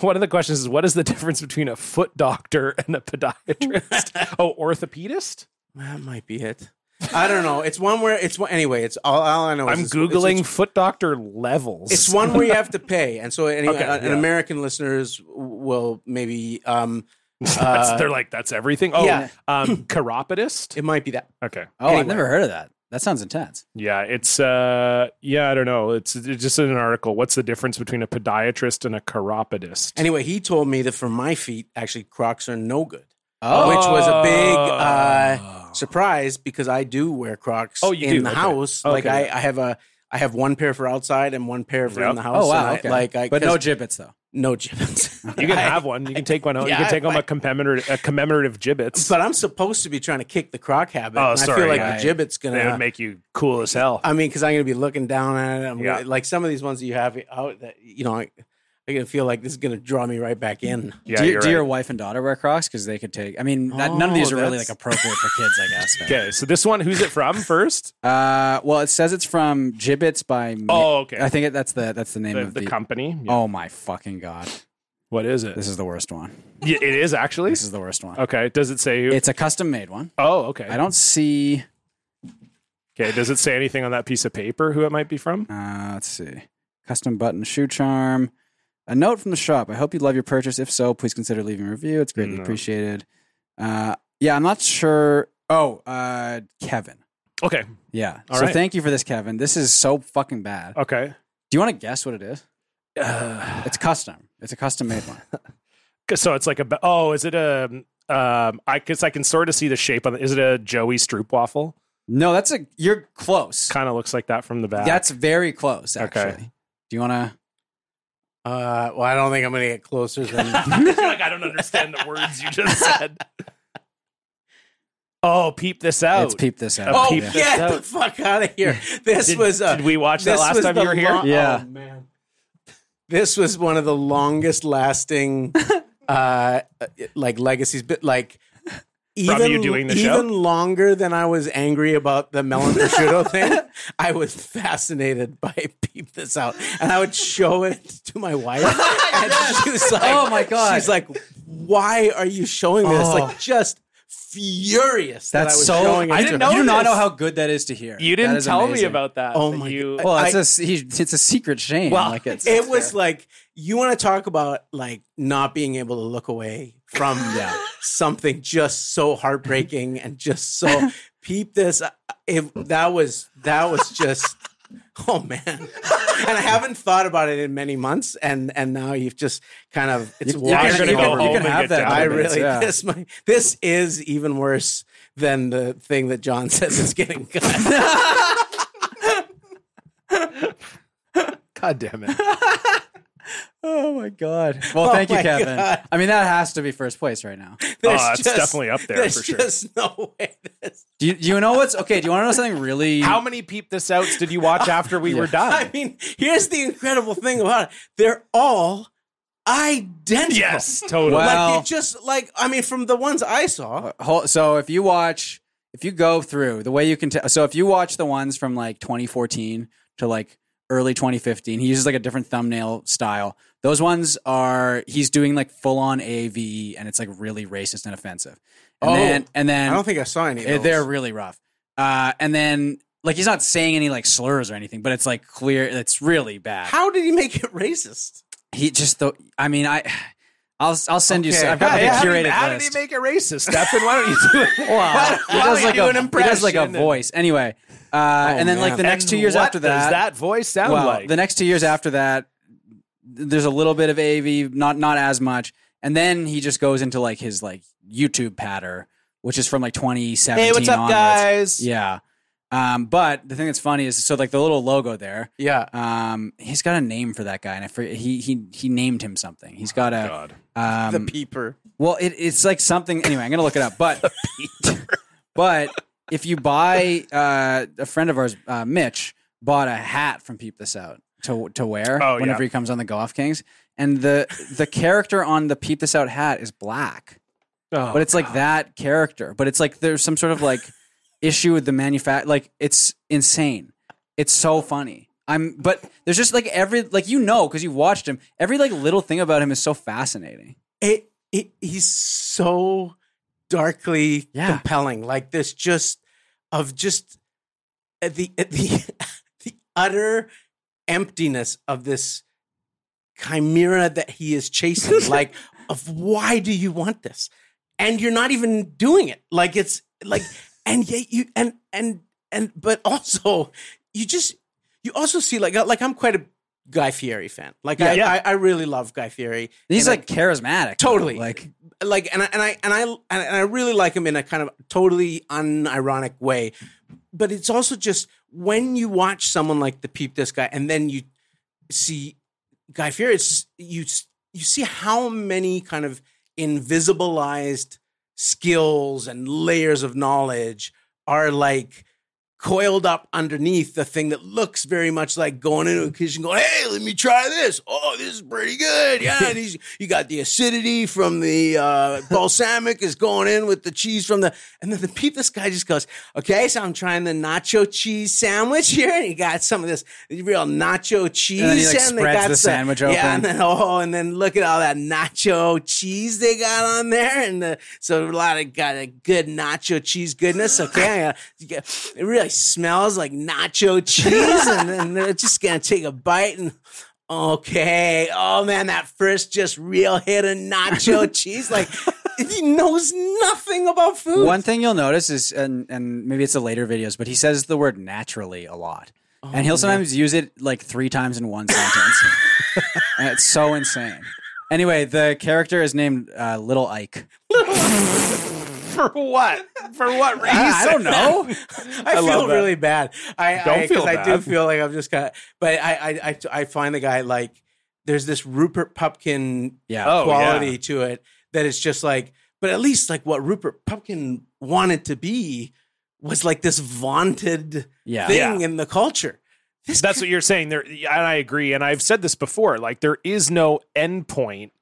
One of the questions is what is the difference between a foot doctor and a podiatrist? oh, orthopedist?
That might be it. I don't know. It's one where it's one anyway, it's all, all I know is
I'm
it's-
googling
it's,
foot doctor levels.
it's, it's one where you have to pay. And so anyway,
Okay,
an
yeah.
American listeners will maybe um
That's-
uh,
they're like that's everything. Oh,
yeah.
um, chiropodist.
it might be that.
Okay,
Oh, I've never heard of that. That sounds intense.
yeah, it's uh, yeah, I don't know. It's, it's just in an article. What's the difference between a podiatrist and a chiropodist?
Anyway, he told me that for my feet, actually Crocs are no good.
Oh,
which was a big uh, surprise because I do wear Crocs
Oh, you
in
do?
the
Okay.
house.
Okay,
Like I,
yeah.
I have a I have one pair for outside and one pair for
Yep.
in the house.
oh wow.
and I-
okay.
like I
but no
'cause-
gibbets though.
no gibbets.
you can have one. You can take one. out. you
Yeah,
can take
I-
home a commemorative a commemorative gibbets.
but I'm supposed to be trying to kick the Croc habit.
Oh,
and I
sorry,
feel like
yeah.
the gibbet's
they would
gonna.
make you cool as hell.
I mean, because I'm gonna be looking down at it. I'm
Yeah.
gonna, like some of these ones that you have out that you know. I, I'm gonna feel like this is gonna draw me right back in.
yeah,
do,
you're
do
right.
your wife and daughter wear Crocs? Because they could take. I mean, that, none of these are
Oh,
really
that's-
like appropriate for kids, I guess. but-
okay, so this one, who's it from first?
Uh, well, it says it's from Gibbets by. Ma-
Oh, okay.
I think it, that's the that's the name
The,
of the.
the company. Yeah.
Oh my fucking god!
What is it?
This is the worst one.
Yeah, it is actually.
This is the worst one.
Okay. Does it say? who-
It's a custom made one.
oh, okay.
I don't see.
Okay, does it say anything on that piece of paper who it might be from?
Uh, let's see. Custom button shoe charm. A note from the shop. I hope you love your purchase. If so, please consider leaving a review. It's greatly
No.
appreciated. Uh, yeah, I'm not sure. Oh, uh, Kevin.
Okay,
Yeah.
All
so
right. Uh,
thank you for this, Kevin. This is so fucking bad.
okay.
Do you want to guess what it is? It's custom. It's a custom made one.
'Cause- so it's like a ba- oh, is it a um? I guess I can sort of see the shape on. The, is it a Joey Stroop waffle?
No, that's a you're close.
Kind of looks like that from the back.
That's very close,
Okay.
actually. Do you wanna
Uh, well, I don't think I'm going to get closer than.
like I don't understand the words you just said. Oh, peep this out.
let's peep this out?
Oh,
yeah.
yeah.
Get the fuck out of here! This
Did,
was uh,
did we watch that
this
last
was
time
the
you were here?
lo-
Yeah.
oh, man. This was one of the longest lasting, uh, like legacies, but like even
From you doing the
even
show?
longer than I was angry about the melon prosciutto thing. I was fascinated by peep this out, and I would show it to my wife, and she was like,
Oh my God.
she's like, why are you showing this?"
Oh.
Like just furious. that I
That's
was
so
showing it
I
to
didn't
her.
know you do not
this.
know how good that is to hear.
You
That
didn't
is
tell me
amazing.
about that.
Oh
that
my
you,
God.
Well,
I-
it's a s- he- it's a secret shame.
Well,
like it's,
it was like you want to talk about like not being able to look away from something just so heartbreaking and just so peep this. uh, It, that was that was just oh man, and I haven't thought about it in many months, and and now you've just kind of it's
You- you
You're
washed
gonna
over
go
me.
home
can
and
have
get
that.
down.
I
Yeah.
really
Yeah.
this my this is even worse than the thing that John says is getting cut.
God damn it.
oh my god. Well,
Oh
thank you,
my
Kevin.
God.
I mean, that has to be first place right now.
There's
Oh, it's definitely up there
There's
for sure.
just no way. This,
Do you, do you know what's okay? Do you want to know something really?
How many peep this outs did you watch after we were done?
I mean, here's the incredible thing about it. They're all identical.
yes, totally.
Wow.
Like
Well-
you just like I mean, from the ones I saw.
Whole- so if you watch, if you go through the way you can tell, so if you watch the ones from like 2014 to like early 2015, he uses like a different thumbnail style. Those ones are he's doing like full on AV, E, and it's like really racist and offensive. And
Oh.
then and then
I don't think I saw any of
Eh,
those.
They're really rough. Uh, and then like he's not saying any like slurs or anything, but it's like clear. It's really bad.
How did he make it racist?
he just the. I mean, I. I'll I'll send you.
Okay.
Some, I've got
Yeah,
like
how,
a
did-
curated
how did
list.
he make it racist, Stefan? Why don't you do it?
Wow. he, does
don't
like
you
a,
do an
he does like
impression
a
and-
voice. Anyway, uh, and then like
man.
the next two years
what
after
does
that,
that voice sound
well,
like?
the
Oh
next two years after that, there's a little bit of AV, not not as much, and then he just goes into like his like YouTube patter, which is from like 2017.
hey, what's up,
onwards.
guys?
Yeah. Um, but the thing that's funny is so like the little logo there.
Yeah.
Um, he's got a name for that guy, and I forget, he he he named him something. He's got a
Oh, God.
um,
The peeper.
well, it, it's like something. Anyway, I'm gonna look it up. But but if you buy uh, a friend of ours, uh, Mitch, bought a hat from Peep This Out to to wear
Oh, yeah.
whenever he comes on the Golf Kings, and the the character on the Peep This Out hat is black,
Oh,
but it's like that character. But it's like there's some sort of like issue with the manufacture. Like it's insane. It's so funny. I'm, but there's just like every like you know because you've watched him. Every like little thing about him is so fascinating.
It, it he's so darkly
Yeah.
compelling. Like this just of just at the at the the utter emptiness of this chimera that he is chasing. like of why do you want this? And you're not even doing it. Like it's like and yet you and and and but also you just you also see like like I'm quite a Guy Fieri fan. Like I,
Yeah.
I I really love Guy Fieri.
He's
And I-
like charismatic, though.
Totally.
Like
like and I, and I and I and I really like him in a kind of totally unironic way. But it's also just when you watch someone like the peep this guy, and then you see Guy Fieri, it's just- you s- you see how many kind of invisibilized skills and layers of knowledge are like coiled up underneath the thing that looks very much like going into a kitchen going, hey, let me try this. Oh, this is pretty good. Yeah. And he's, you got the acidity from the uh, balsamic is going in with the cheese from the, and then the peep, this guy just goes, okay, so I'm trying the nacho cheese sandwich here. And you got some of this real nacho cheese.
then he, like,
they
spreads
got
the
some-
sandwich
Yeah.
open.
And then, oh, and then look at all that nacho cheese they got on there. And the, so a lot of got a good nacho cheese goodness. Okay. I, uh, you get- it really smells like nacho cheese. And then they're just going to take a bite and. Okay. Oh man, that first just real hit of nacho cheese. Like he knows nothing about food.
one thing you'll notice is, and and maybe it's the later videos, but he says the word naturally a lot, and he'll sometimes use it like three times in one sentence. and it's so insane. Anyway, the character is named uh, Little Ike.
for what? For what reason?
I, I don't know. I, feel
love that.
really bad. I
Don't
I,
feel
'cause I do
bad.
feel like I'm just kind of, but I, I, I, I find the guy like there's this Rupert Pupkin
Yeah.
Oh,
quality
yeah.
to it that it's just like, but at least like what Rupert Pupkin wanted to be was like this vaunted
yeah.
thing in the culture. This
That's what you're saying. There, and I agree. And I've said this before. Like there is no end point,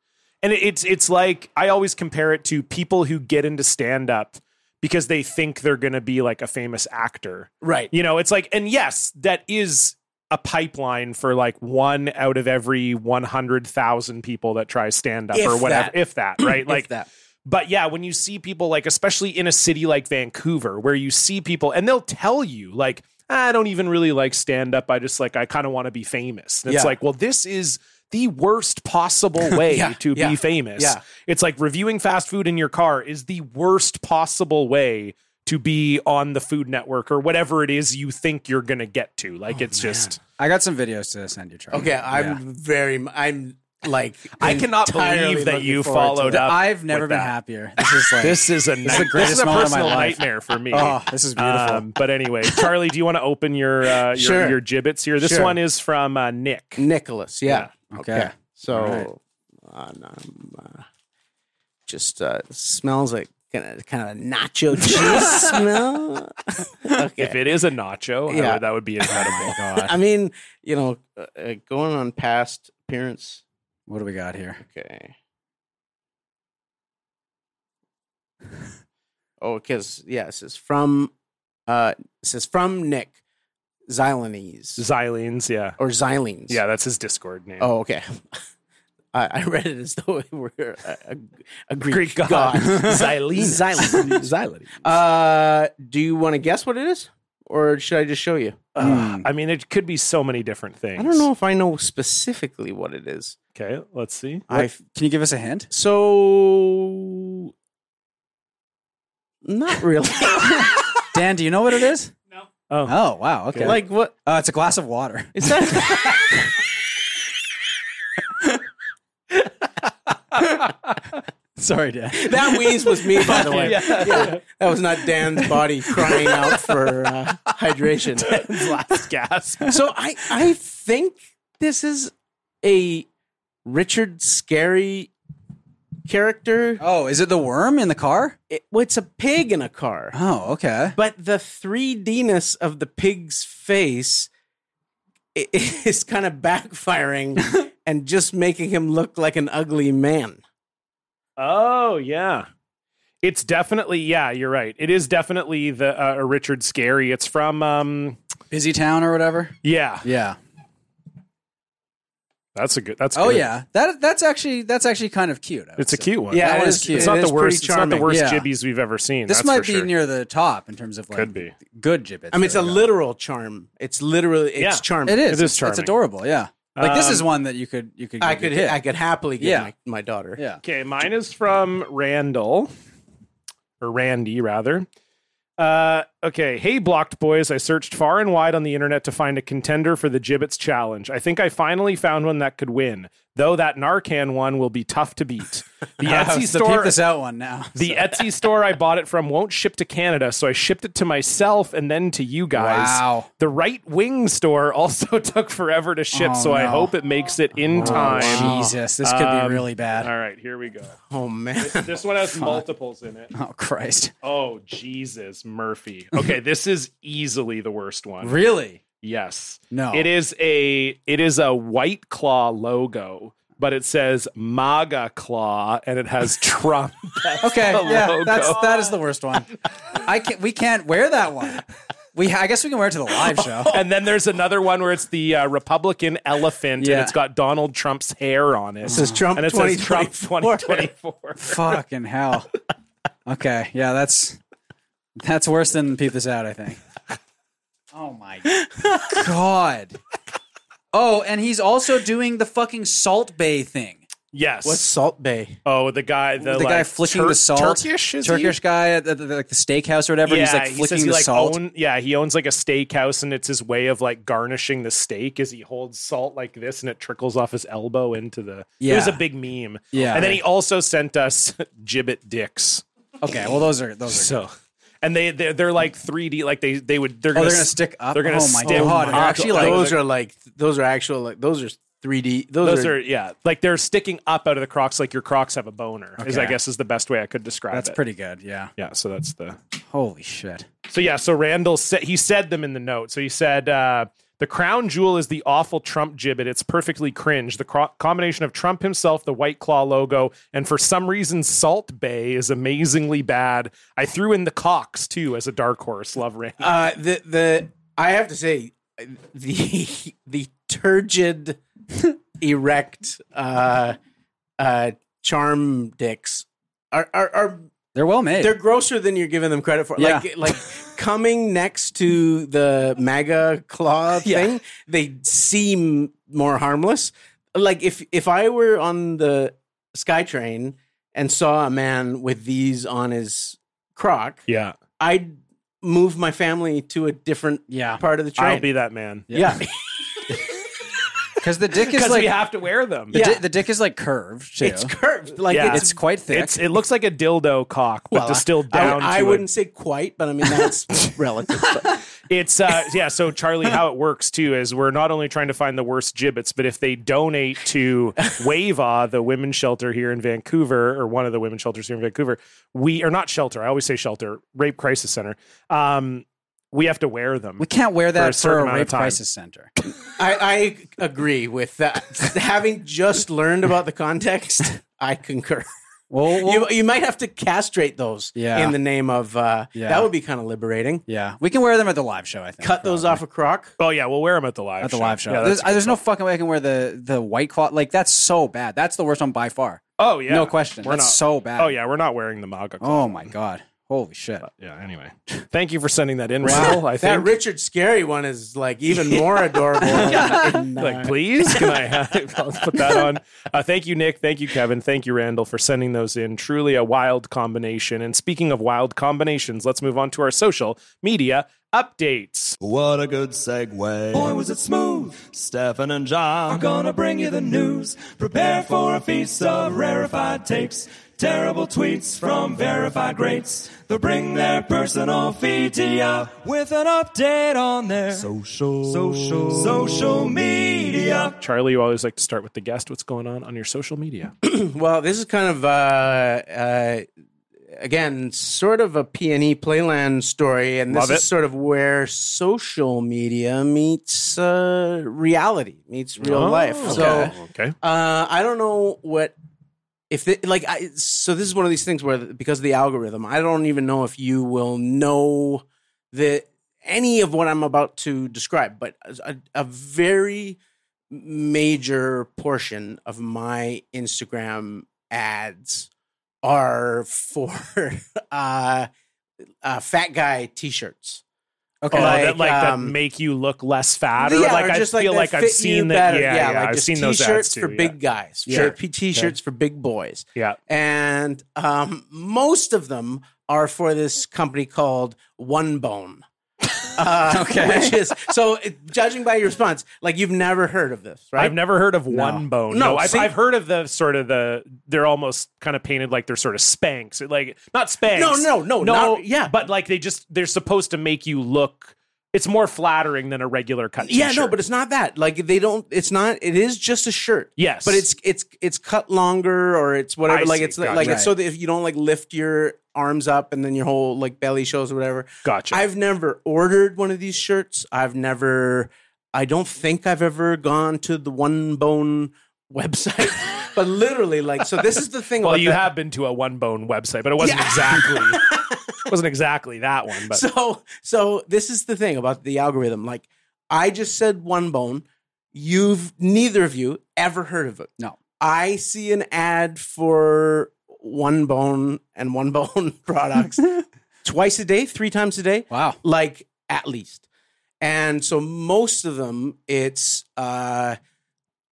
and it, it's it's like I always compare it to people who get into stand up because they think they're going to be like a famous actor.
right.
You know, it's like, and yes, that is a pipeline for like one out of every 100,000 people that try stand up
If
or whatever,
that.
if that, right? like,
that.
but yeah, when you see people like, especially in a city like Vancouver, where you see people and they'll tell you, like, I don't even really like stand up. I just like, I kind of want to be famous. And it's
Yeah.
like, well, this is the worst possible way
Yeah,
to
yeah,
be famous.
yeah.
It's like reviewing fast food in your car is the worst possible way to be on the Food Network or whatever it is you think you're going to get to. Like, it's just,
I got some videos to send you, Charlie.
Okay. I'm
Yeah.
very, mu- I'm like,
I cannot
entirely
believe that
looking
you
forward to
followed
it.
up.
I've never
with
been
that.
happier. This is like
This is a night-
greatest
this is a
moment of my
personal
life.
nightmare for me.
Oh, this is beautiful.
Um, but anyway, Charlie, do you want to open your uh, your,
Sure.
your gibbets here? This
Sure.
one is from uh, Nick.
Nicholas, yeah.
okay.
So, um, uh, just uh, smells like kind of, kind of a nacho cheese smell. okay.
If it is a nacho, I
Yeah.
would- that would be incredible.
I mean, you know, uh, uh, going on past appearance.
What do we got here?
Okay. Oh, because yeah, it says from uh it says from Nick Xylanese
Xylenes, yeah,
or Xylenes.
yeah, that's his Discord name.
Oh, okay. I, I read it as though it were a, a, a Greek,
Greek god. Xylenes.
Xylenes. Xylenes. Uh, do you want to guess what it is, or should I just show you?
Ugh, I mean, it could be so many different things.
I don't know if I know specifically what it is.
Okay, let's see.
I
Can you give us a hint?
so not really.
Dan, do you know what it is?
Oh,
Oh, wow. Okay.
like what?
oh, it's a glass of water.
Is that?
Sorry, Dan.
that wheeze was me, by the way.
Yeah.
That was not Dan's body crying out for uh, hydration.
last gasp.
So I, I think this is a Richard Scary character.
Oh, is it the worm in the car?
It, well, it's a pig in a car,
Oh, okay.
but the 3Dness of the pig's face i- is kind of backfiring and just making him look like an ugly man.
Oh yeah. It's definitely yeah. You're right. It is definitely the uh, a Richard Scary. It's from um
Busy town or whatever.
yeah.
Yeah.
That's a good. That's
Oh
good.
yeah. That that's actually that's actually kind of cute. I would
It's a
say.
cute one.
Yeah,
That
it
was
is-
cute.
it's
it
not
is
the worst.
pretty
It's not the
charming.
worst
Yeah.
jibbies we've ever seen.
This
that's
might
for
be
sure.
near the top in terms of like
Could be.
good gibbets.
I mean, it's a
Yeah.
literal charm. It's literally it's
Yeah.
charming.
It is.
It is
It's- It's
charming.
adorable. Yeah. Like this is
Um,
one that you could you could.
I
give your
could
kid.
I could happily give
Yeah.
my, my daughter.
Yeah.
Okay, mine is from Randall or Randy rather. Uh, okay. Hey, blocked boys. I searched far and wide on the internet to find a contender for the Gibbets Challenge. I think I finally found one that could win, though that Narcan one will be tough to beat. The
Uh,
Etsy
it's the peep
store
this out one now.
The Etsy store I bought it from won't ship to Canada, so I shipped it to myself and then to you guys.
Wow.
The right wing store also took forever to ship,
Oh,
so I
no. Oh,
hope it makes it in time.
Jesus, this could
Um,
be really bad.
All right, here we go.
Oh man.
This one has multiples in it.
Oh Christ!
Oh, Jesus, Murphy. Okay, this is easily the worst one.
Really?
Yes.
No.
It is a it is a white claw logo, but it says MAGA claw and it has Trump.
Okay,
the
yeah,
logo.
that's that is the worst one. I can't. We can't wear that one. We I guess we can wear it to the live show.
and then there's another one where it's the uh, Republican elephant
Yeah.
and it's got Donald Trump's hair on it. This
says Trump
and it says Trump
2024.
2024.
Fucking hell. Okay, yeah, that's that's worse than peep this out. I think. Oh my god. Oh, and he's also doing the fucking Salt Bay thing.
yes.
What's Salt Bay?
oh, the guy, the,
The
like,
guy flicking
Tur-
the salt.
Turkish, is he?
Turkish guy at the, the- like the steakhouse or whatever. and he's like
he
flicking
says he,
the
like,
salt.
own- yeah, he owns like a steakhouse, and it's his way of like garnishing the steak. Is he holds salt like this, and it trickles off his elbow into the. It was
Yeah.
a big meme.
Yeah.
and then he also sent us gibbet dicks.
Okay, well those are those are.
So, and they they're, they're like 3D. Like they they would they're
oh,
gonna,
they're gonna
s-
stick up.
they're gonna
oh my
stick
god,
up.
they're actually like
those are like those are actual like those are 3D. Those,
Those are yeah, like they're sticking up out of the Crocs, like your Crocs have a boner. Is I
Okay.
guess is the best way I could describe
that's
it.
pretty good. Yeah.
Yeah, so that's the
Holy shit.
so yeah. So Randall said he said them in the note. So he said uh, the crown jewel is the awful Trump gibbet. It's perfectly cringe. The cro- combination of Trump himself, the White Claw logo, and for some reason Salt Bay is amazingly bad. I threw in the Cox too as a dark horse. Love Randall.
uh, the the I have to say the the turgid erect uh uh charm dicks are are, are
They're well made.
they're grosser than you're giving them credit for.
Yeah.
Like like coming next to the MAGA claw
Yeah.
thing, they seem more harmless. Like if if I were on the SkyTrain and saw a man with these on his croc,
Yeah,
I'd move my family to a different
yeah.
part of the train.
I'll be that man
yeah.
Because the dick is
because
like
we have to wear them.
the, di- the dick is like curved too.
it's curved. Like
Yeah.
it's,
It's quite thick.
It's it looks like a dildo cock, but
well,
distilled
I,
down.
I
to a-
wouldn't say quite, but I mean that's relative. But
It's uh yeah, so Charlie, how it works too is we're not only trying to find the worst gibbets, but if they donate to WAVA, the women's shelter here in Vancouver, or one of the women's shelters here in Vancouver, we are not shelter. I always say shelter, rape crisis center. Um, we have to wear them.
we can't wear that
certain
for a,
amount of
rape
time.
crisis center.
I, I agree with that. Having just learned about the context, I concur.
Well, we'll-
You you might have to castrate those
Yeah.
in the name of uh,
Yeah.
that would be kind of liberating.
yeah, we can wear them at the live show. I think.
Cut those off a croc.
Oh yeah, we'll wear them at the live
at the
show.
live show.
Yeah,
there's
that's-
there's no fucking way I can wear the the white cloth. Like that's so bad. That's the worst one by far.
oh yeah,
No question.
We're
that's
not-
so bad.
Oh yeah, Oh, we're not wearing the MAGA. cloth.
Oh my god. Holy shit.
Yeah. Anyway, thank you for sending that in, Randall. I
That
think.
Richard Scary one is like even more adorable. And, uh,
like please can i have, I'll put that on uh, thank you nick thank you kevin thank you randall for sending those in truly a wild combination and speaking of wild combinations let's move on to our social media updates
What a good segue. Boy, was it smooth. Stefan and John are gonna bring you the news. Prepare for a feast of rarefied takes. Terrible tweets from verified greats. They'll bring their personal E feed to ya with an update on their social, social, social media.
charlie you always like to start with the guest what's going on on your social media
Well, this is kind of uh, uh, again sort of a PNE Playland story, and this
Love
is
it.
sort of where social media meets uh, reality, meets real life. So
Oh, okay
uh, I don't know what if the, like I, so this is one of these things where because of the algorithm, I don't even know if you will know the any of what I'm about to describe, but a, a very major portion of my Instagram ads are for uh, uh, fat guy T-shirts.
Oh,
Okay.
like, that, like
um,
that make you look less fat, or
yeah,
like
or
I
just
feel
that
like, I've
fit
seen
you
that.
better.
Yeah, yeah,
like
I've
just
seen those ads
t-shirts
too.
for
yeah.
big guys.
Yeah.
Sure, P- t-shirts for big boys,
yeah,
and um, most of them are for this company called One Bone. Uh,
Okay.
Which is so. It, judging by your response, like you've never heard of this, right?
I've never heard of one bone. No,
No,
I've,
see-
I've heard of the sort of the they're almost kind of painted like they're sort of spanks, like not spanks.
No, no, no, not- yeah.
but like they just they're supposed to make you look. It's more flattering than a regular cut.
Yeah, no,
t-shirt.
but it's not that. Like they don't. It's not. It is just a shirt.
Yes.
but it's it's it's cut longer or it's whatever.
I
like
see.
it's like,
Gotcha.
like it's so that if you don't like lift your arms up and then your whole like belly shows or whatever.
gotcha.
I've never ordered one of these shirts. I've never. I don't think I've ever gone to the One Bone website. but literally, like, so this is the thing.
well,
about
you
that.
have been to a one bone website, but it wasn't exactly it wasn't exactly that one. But
so so this is the thing about the algorithm like i just said one bone you've neither of you ever heard of it
No.
i see an ad for one bone and one bone products twice a day three times a day
Wow.
like at least and so most of them it's uh,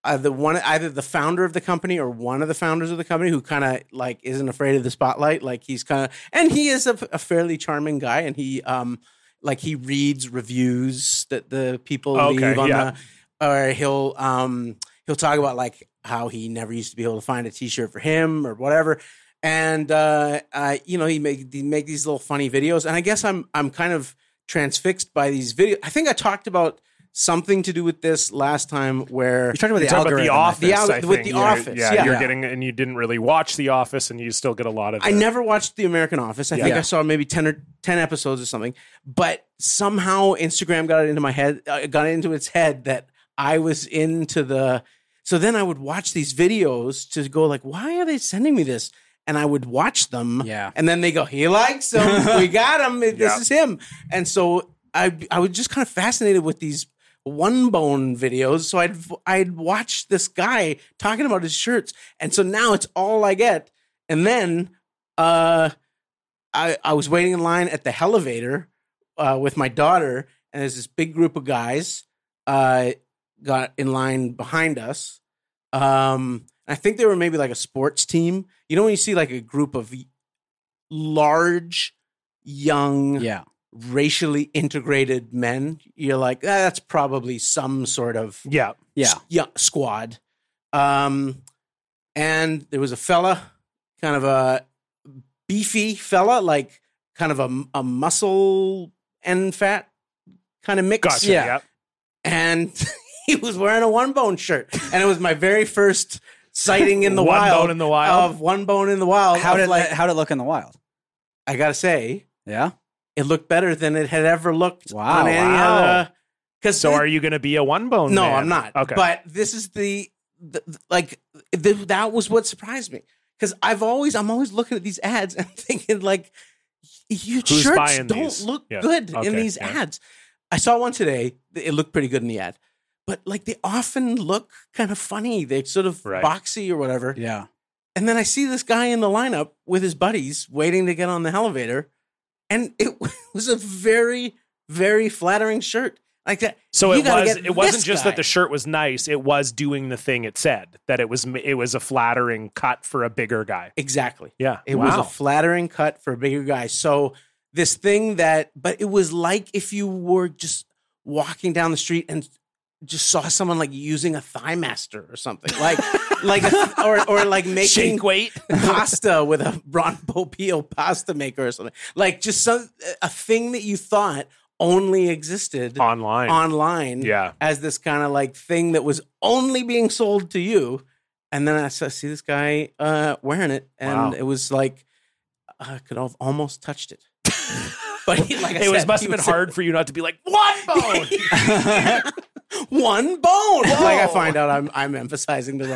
uh the one either the founder of the company or one of the founders of the company who kind of like isn't afraid of the spotlight like he's kind of and he is a, a fairly charming guy and he um like he reads reviews that the people
Okay,
leave on
yeah.
the or he'll um he'll talk about like how he never used to be able to find a t-shirt for him or whatever and uh, uh, you know he make he make these little funny videos, and I guess I'm I'm kind of transfixed by these videos. I think I talked about something to do with this last time, where
You're talking about the
Talk about
algorithm.
the office.
The al-
I
with
think.
The
You're-
Office,
Yeah,
yeah.
you're
Yeah.
getting and you didn't really watch The Office, and you still get a lot of.
I
it.
never watched The American Office. I think
Yeah.
I saw maybe 10 or 10 episodes or something. But somehow Instagram got it into my head, uh, got into its head that I was into the So then I would watch these videos to go like, "Why are they sending me this?" And I would watch them.
Yeah.
And then they go, "He likes them. we got him. This
Yeah.
is him." And so I I was just kind of fascinated with these one bone videos. So I'd I'd watch this guy talking about his shirts, and so now it's all I get. And then uh, I I was waiting in line at the elevator uh, with my daughter, and there's this big group of guys uh, got in line behind us. Um, I think they were maybe like a sports team. You know when you see like a group of large, young,
Yeah.
racially integrated men, you're like, "Ah, that's probably some sort of
Yeah,
Yeah.
yeah, squad. Um, and there was a fella, kind of a beefy fella, like kind of a, a muscle and fat kind of mix.
gotcha. Yeah,
Yeah.
And he was wearing a one bone shirt. And it was my very first sighting in the
One
wild
Bone in the Wild?
of one bone in the wild.
How
of
did
like,
like, how did it look in the wild?
I gotta say,
Yeah.
it looked better than it had ever looked
Wow.
on any
Wow.
other. Cause
So are you going to be a one bone?
No,
man?
I'm not.
Okay,
But this is the, the the- like the, that was what surprised me because I've always I'm always looking at these ads and thinking like, you
Who's
shirts
buying
don't
these?
look
Yeah.
good
Okay,
in these
yeah.
ads. I saw one today. It looked pretty good in the ad, but like they often look kind of funny. They're sort of
Right.
boxy or whatever.
Yeah.
And then I see this guy in the lineup with his buddies waiting to get on the elevator, and it was a very very flattering shirt like that.
so
You
it
gotta
was.
get
It wasn't
this
just
guy.
that the shirt was nice; it was doing the thing it said. That it was. It was a flattering cut for a bigger guy.
exactly.
Yeah,
It
wow.
was a flattering cut for a bigger guy. So this thing that, but it was like if you were just walking down the street and just saw someone like using a thigh master or something, like like a, or or like making
weight.
pasta with a Ron Popeil pasta maker or something, like just some a thing that you thought only existed
online.
online
Yeah.
as this kind of like thing that was only being sold to you. And then I saw, see this guy uh, wearing it, and
Wow.
it was like I could have almost touched it. but he, like I
it was
said,
must
he
have been
was-
hard for you not to be like one bone.
one bone. Like I find out, I'm I'm emphasizing the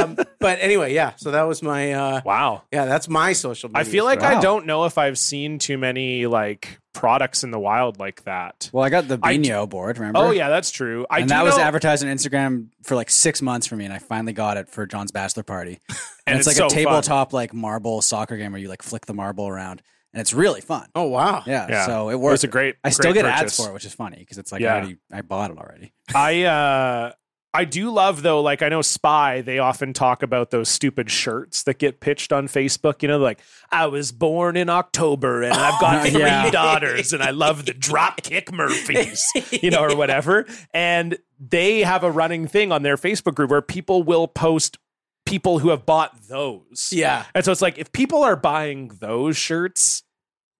wrong. um, but anyway, yeah. So that was my uh,
wow.
yeah. That's my social. media
I feel like
story.
I don't know if I've seen too many like products in the wild like that.
Well, I got the
I d-
Bino board, remember?
Oh yeah, that's true. I
and
do
that was
know-
advertised on Instagram for like six months for me, and I finally got it for John's bachelor party. And,
And
it's,
it's
like
so
a
fun.
tabletop like marble soccer game where you like flick the marble around, and it's really fun.
Oh wow.
yeah,
Yeah.
so it
was
works.
a great-
I still
great
get
purchase.
ads for it, which is funny because it's like
Yeah.
I already I bought it already.
I uh I do love though, like I know Spy, they often talk about those stupid shirts that get pitched on Facebook, you know, like I was born in October and I've got
Oh,
three
yeah.
daughters and I love the dropkick Murphys, you know, or whatever. And they have a running thing on their Facebook group where people will post people who have bought those.
Yeah.
And so it's like if people are buying those shirts,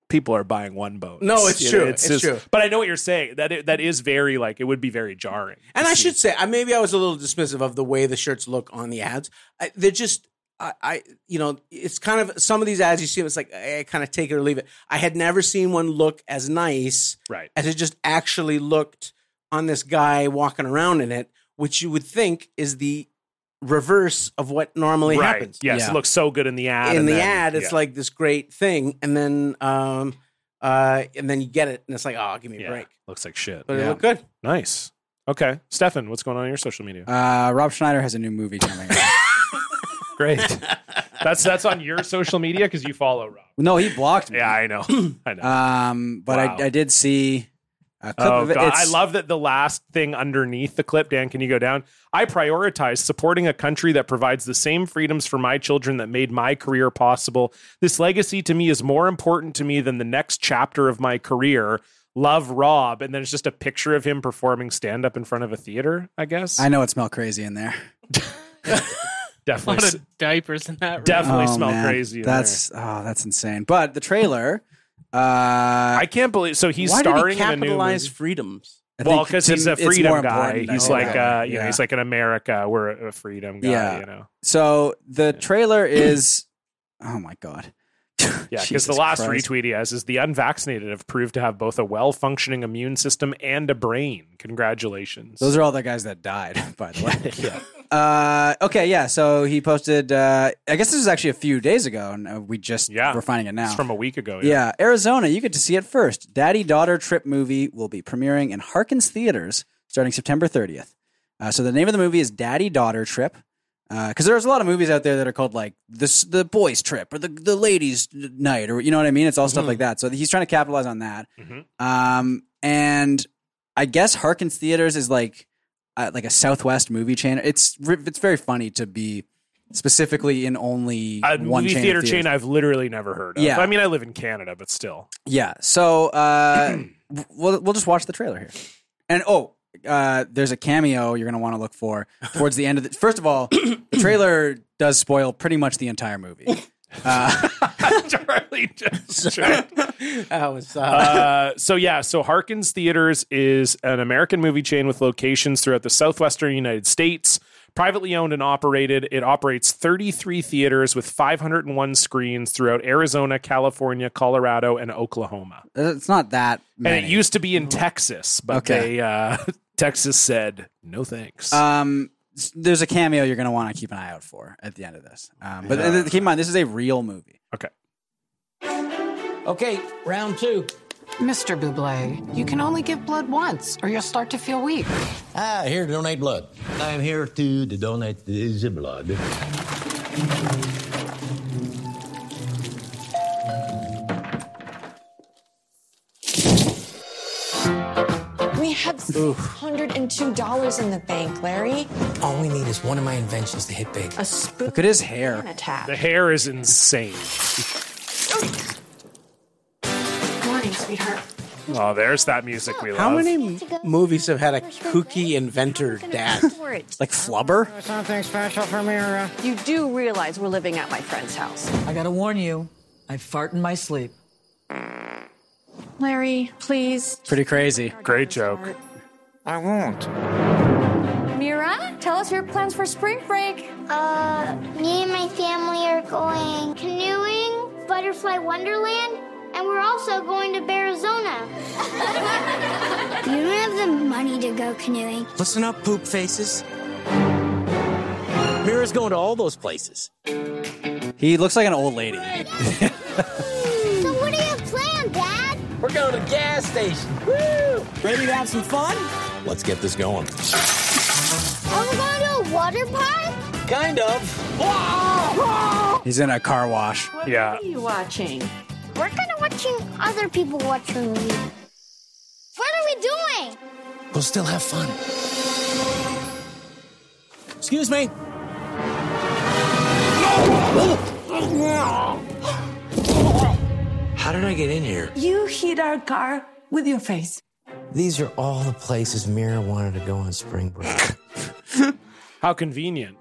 people are buying one boat.
No, it's true. It's true.
But I know what you're saying. That i- that is very like it would be very jarring.
And I should say, I maybe I was a little dismissive of the way the shirts look on the ads. I, they're just, I, I, you know, it's kind of some of these ads you see. It's like I, kind of take it or leave it. I had never seen one look as nice
Right.
as it just actually looked on this guy walking around in it, which you would think is the reverse of what normally
right.
happens.
Yes,
Yeah.
it looks so good in the ad.
In
and
the
then-
ad, it's
yeah.
like this great thing, and then, um, uh, and then you get it, and it's like, oh, give me a
Yeah.
break.
looks like shit.
But it
Yeah.
looked good.
Nice. Okay, Stefan, what's going on in your social media?
Uh, Rob Schneider has a new movie coming. out.
Great. that's that's on your social media because you follow Rob.
no, he blocked me.
Yeah, I know. I know.
Um, but
Wow.
I, I did see a clip
Oh
of it.
god, I
It's-
love that the last thing underneath the clip, Dan, can you go down? I prioritize supporting a country that provides the same freedoms for my children that made my career possible. This legacy to me is more important to me than the next chapter of my career. Love Rob, and then it's just a picture of him performing stand up in front of a theater, I guess.
I know it smelled crazy in there.
a
Definitely,
lot
s-
of diapers in that room.
definitely
Oh,
smell
man.
crazy. in
That's oh, that's insane. But the trailer, uh, I
there. I can't believe. So he's
Why
starring
did he
in a new
capitalize
movie.
freedoms?
Well,
think
because
to-
he's a
it's more
freedom guy.
important than
He's
all
like,
that.
uh, you know,
Yeah.
he's like in America, we're a freedom guy.
Yeah.
You know,
so the trailer is. Oh my god.
yeah. Because the
Jesus
last
Christ.
retweet he has is the unvaccinated have proved to have both a well-functioning immune system and a brain. Congratulations.
Those are all the guys that died, by the way. Uh, okay, yeah. So he posted. Uh, I guess this was actually a few days ago, and uh, we just
Yeah.
we're finding it now.
It's from a week ago.
yeah, Arizona. You get to see it first. Daddy Daughter Trip movie will be premiering in Harkins theaters starting September 30th. Uh, so the name of the movie is Daddy Daughter Trip. Because there's a lot of movies out there that are called like this the boys trip or the the ladies night or you know what I mean. It's all
Mm-hmm.
stuff like that. So he's trying to capitalize on that.
Mhm.
Um, and I guess Harkins Theaters is like uh, like a Southwest movie channel. It's ri- it's very funny to be specifically in only
A
one
movie
chain of
theater
theaters.
chain I've literally never heard of.
Yeah.
I mean, I live in Canada, but still.
Yeah. So uh, we'll we'll just watch the trailer here. And oh, uh, there's a cameo you're gonna want to look for towards the end of the. First of all, the trailer does spoil pretty much the entire movie. Uh,
Charlie just checked.
That was uh,
Uh, so yeah, so Harkins Theaters is an American movie chain with locations throughout the southwestern United States. Privately owned and operated, it operates 33 theaters with 501 screens throughout Arizona, California, Colorado, and Oklahoma.
Uh, it's not that. Many.
And it used to be in Texas, but
Okay.
they uh, Texas said no thanks.
Um, s- there's a cameo you're gonna want to keep an eye out for at the end of this. Um, but uh, keep in mind, this is a real movie.
okay.
Okay, round two.
Mr. Bublé, you can only give blood once, or you'll start to feel weak.
Ah, here to donate blood. I am here to, to donate the blood.
We have $102 in the bank, Larry.
All we need is one of my inventions to hit big.
A spoon
Look at his hair.
attack.
The hair is insane.
Morning, sweetheart.
Oh, there's that music we love.
How many m- movies have had a kooky inventor dad?
Like flubber.
You do realize we're living at my friend's house.
I gotta warn you, I fart in my sleep.
Larry, please.
Pretty crazy.
Great joke.
I
won't.
Mira, tell us your plans for spring break.
Uh, me and my family are going canoeing, butterfly wonderland, and we're also going to Arizona. you don't have the money to go canoeing.
Listen up, poop faces. Mira's going to all those places.
He looks like an old lady.
so what do you plan, Dad?
We're going to gas station. Woo! Ready to have some fun? Let's get this going.
Are we going to a water park?
Kind of. Whoa!
He's in a car wash.
Yeah.
What are you watching?
We're kind of watching other people watch a movie. What are we doing?
We'll still have fun. Excuse me. How did I get in here?
You hit our car with your face.
These are all the places Mira wanted to go on spring break.
How convenient.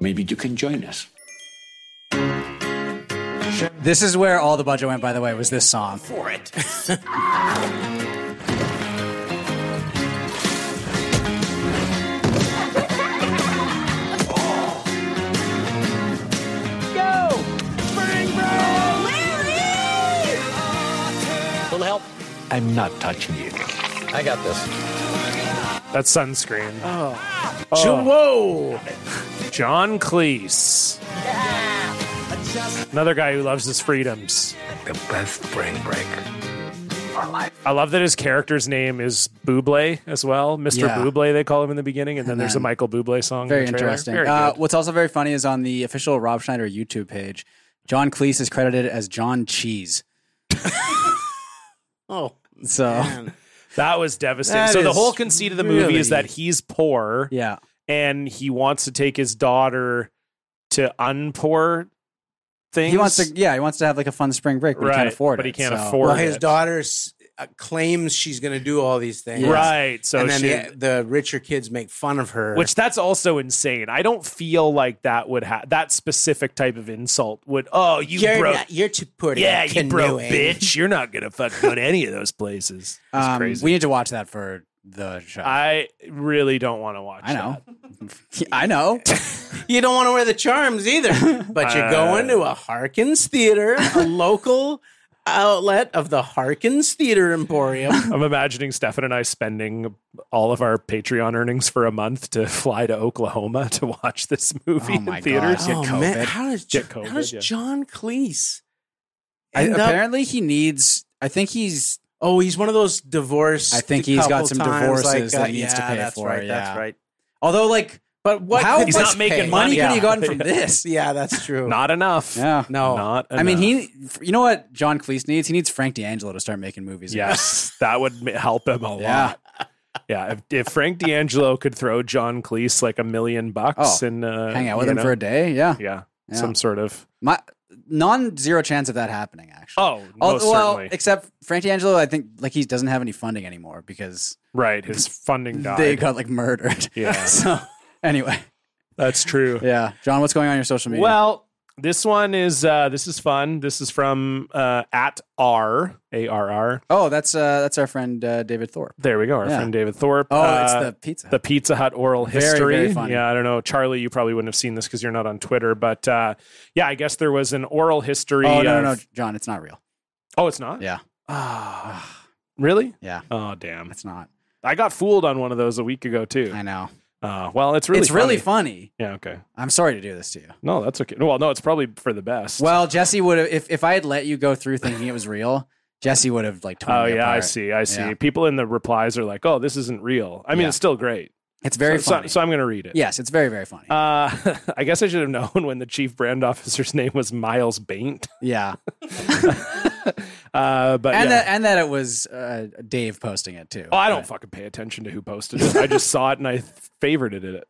Maybe you can join us.
This is where all the budget went, by the way, was this song.
For it. Little help. I'm not touching you. I got this.
That's sunscreen.
Oh.
Whoa!
John Cleese. Another guy who loves his freedoms.
The best spring break.
I love that his character's name is Buble as well. Mr.
Yeah.
Buble, they call him in the beginning. And then, there's a
then-
Michael Buble song. in
Very
the trailer.
interesting.
Very
uh,
good.
what's also very funny is on the official Rob Schneider YouTube page, John Cleese is credited as John Cheese.
Oh,
So
man.
That was devastating.
That
so the
is
whole conceit of the movie is
really-
that he's poor
yeah,
and he wants to take his daughter to unpoor things.
he wants to. Yeah, he wants to have like a fun spring break, but he
Right,
can't afford
but
it.
he can't
so-
afford-
Well,
Orbit.
his daughter's uh, claims she's going to do all these things,
Right, so
and then
she-
the, the richer kids make fun of her,
Which that's also insane. I don't feel like that would have that specific type of insult would. Oh, you
You're
broke.
not- you're too poor to go
Yeah, you broke,
canoeing.
bitch. You're not gonna fuck go to any of those places. That's
Um,
crazy.
We need to watch that for the show.
I really don't want to watch.
I know. I know.
you don't want to wear the charms either. But you're
Uh,
going to a Harkins Theater, a local outlet of the Harkins Theater Emporium.
I'm imagining Stefan and I spending all of our Patreon earnings for a month to fly to Oklahoma to watch
Oh
this movie in theaters.
Oh, man. How does,
Get
how
COVID,
does
yeah.
John Cleese?
I,
end up-
apparently, he needs. I think he's.
Oh, he's one of those divorced.
I think he's got
couple
some
times,
divorces
like,
that
uh,
he needs
yeah,
to pay
that's
for.
Right,
yeah.
That's right.
Although, like,
But what?
how
He's
much
not making
pay-
money.
money could he
Yeah.
have gotten from this?
Yeah, that's true.
Not enough.
Yeah.
No.
Not
I mean,
enough.
he. You know what John Cleese needs? He needs Frank D'Angelo to start making movies. again.
Yes, that would ma- help him a
Yeah.
lot. Yeah, if, if Frank D'Angelo could throw John Cleese like a million bucks
Oh,
and uh,
hang out with
you
him
know,
for a day. Yeah.
yeah,
Yeah.
some sort of
My non-zero chance of that happening. Actually.
oh,
Al-
most
well,
certainly
except Frank D'Angelo, I think like he doesn't have any funding anymore because
right. His funding died.
they got like murdered.
Yeah.
so anyway,
That's true.
yeah, John, what's going on in your social media?
Well, this one is uh, this is fun. This is from uh, at R A R R.
oh, that's uh, that's our friend uh, David Thorpe.
There we go. Our
Yeah.
friend David Thorpe.
Oh, it's
Uh,
the pizza.
the Pizza Hut oral
Very,
history.
very funny.
Yeah, I don't know, Charlie. You probably wouldn't have seen this because you're not on Twitter, but uh, yeah, I guess there was an oral history.
oh no, no, no,
of-
John, it's not real.
Oh, it's not.
Yeah,
Ah, really?
yeah,
Oh, damn.
it's not.
I got fooled on one of those a week ago too.
I know.
Uh, well, it's really
it's
funny.
really funny.
Yeah. Okay.
I'm sorry to do this to you.
No, that's okay. Well, no, it's probably for the best.
Well, Jesse would have if if I had let you go through thinking it was real. Jesse would have like torn
Oh
me
yeah, I
apart.
see. I see.
Yeah.
People in the replies are like, "Oh, this isn't real." I mean,
Yeah.
it's still great.
It's very
so, so-
funny.
So, I'm going to read it.
yes, it's very very funny.
Uh, I guess I should have known when the chief brand officer's name was Miles Baint.
yeah,
Uh, but
and
yeah.
that and that it was uh, Dave posting it too.
Oh, I don't fucking pay attention to who posted it. I just saw it and I favorited it.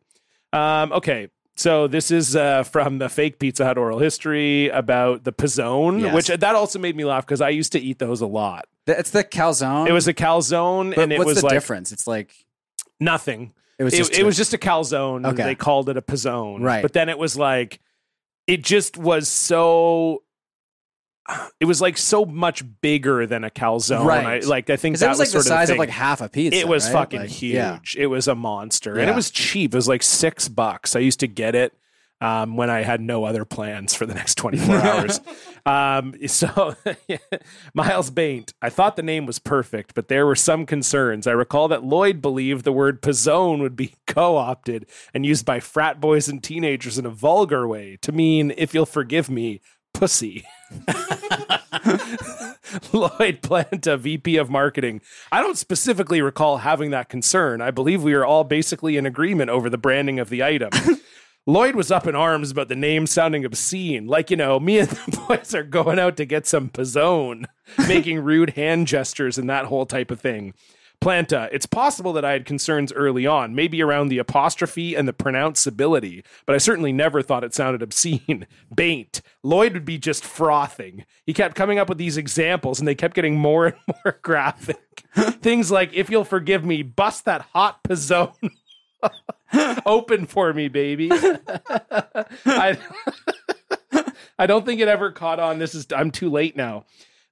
Um, okay. So this is uh, from the fake Pizza Hut oral history about the pizzone,
Yes.
which uh, that also made me laugh because I used to eat those a lot.
Th- It's the calzone.
It was a calzone,
But
and it
what's
was
the
like
difference? It's like
nothing.
it was
it,
just
it was just a calzone.
Okay.
They called it a pizzone.
Right.
But then it was like, it just was so. It was like so much bigger than a calzone.
Right.
I, like I think
because
that
it was like the
sort
size
the
of,
thing.
like half a pizza.
it was
right?
fucking
Like,
huge.
Yeah.
It was a monster, and
Yeah.
it was cheap. It was like six bucks. I used to get it um, when I had no other plans for the next twenty four hours. Um, so Miles Baint, I thought the name was perfect, but there were some concerns. I recall that Lloyd believed the word pizzone would be co opted and used by frat boys and teenagers in a vulgar way to mean, if you'll forgive me, pussy. Lloyd Planta, VP of Marketing. I don't specifically recall having that concern. I believe we are all basically in agreement over the branding of the item. Lloyd was up in arms about the name sounding obscene, like, you know, me and the boys are going out to get some pizzone, making rude hand gestures and that whole type of thing. Planta, it's possible that I had concerns early on, maybe around the apostrophe and the pronounceability, but I certainly never thought it sounded obscene. Baint. Lloyd would be just frothing. He kept coming up with these examples and they kept getting more and more graphic. Things like, if you'll forgive me, bust that hot pizzone open for me, baby. I, I don't think it ever caught on. This is I'm too late now.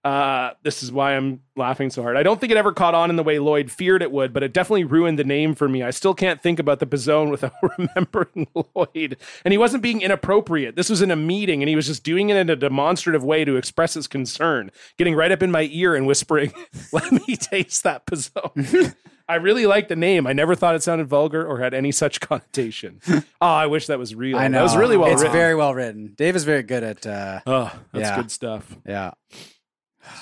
Uh, this is why I'm laughing so hard. I don't think it ever caught on in the way Lloyd feared it would, but it definitely ruined the name for me. I still can't think about the Pizzone without remembering Lloyd. And he wasn't being inappropriate. This was in a meeting, and he was just doing it in a demonstrative way to express his concern, getting right up in my ear and whispering, "Let me taste that Pizzone." I really like the name. I never thought it sounded vulgar or had any such connotation. oh, I wish that was real.
I know.
That was really well
It's
written.
very well written. Dave is very good at. Uh,
oh, that's
Yeah.
good stuff.
yeah.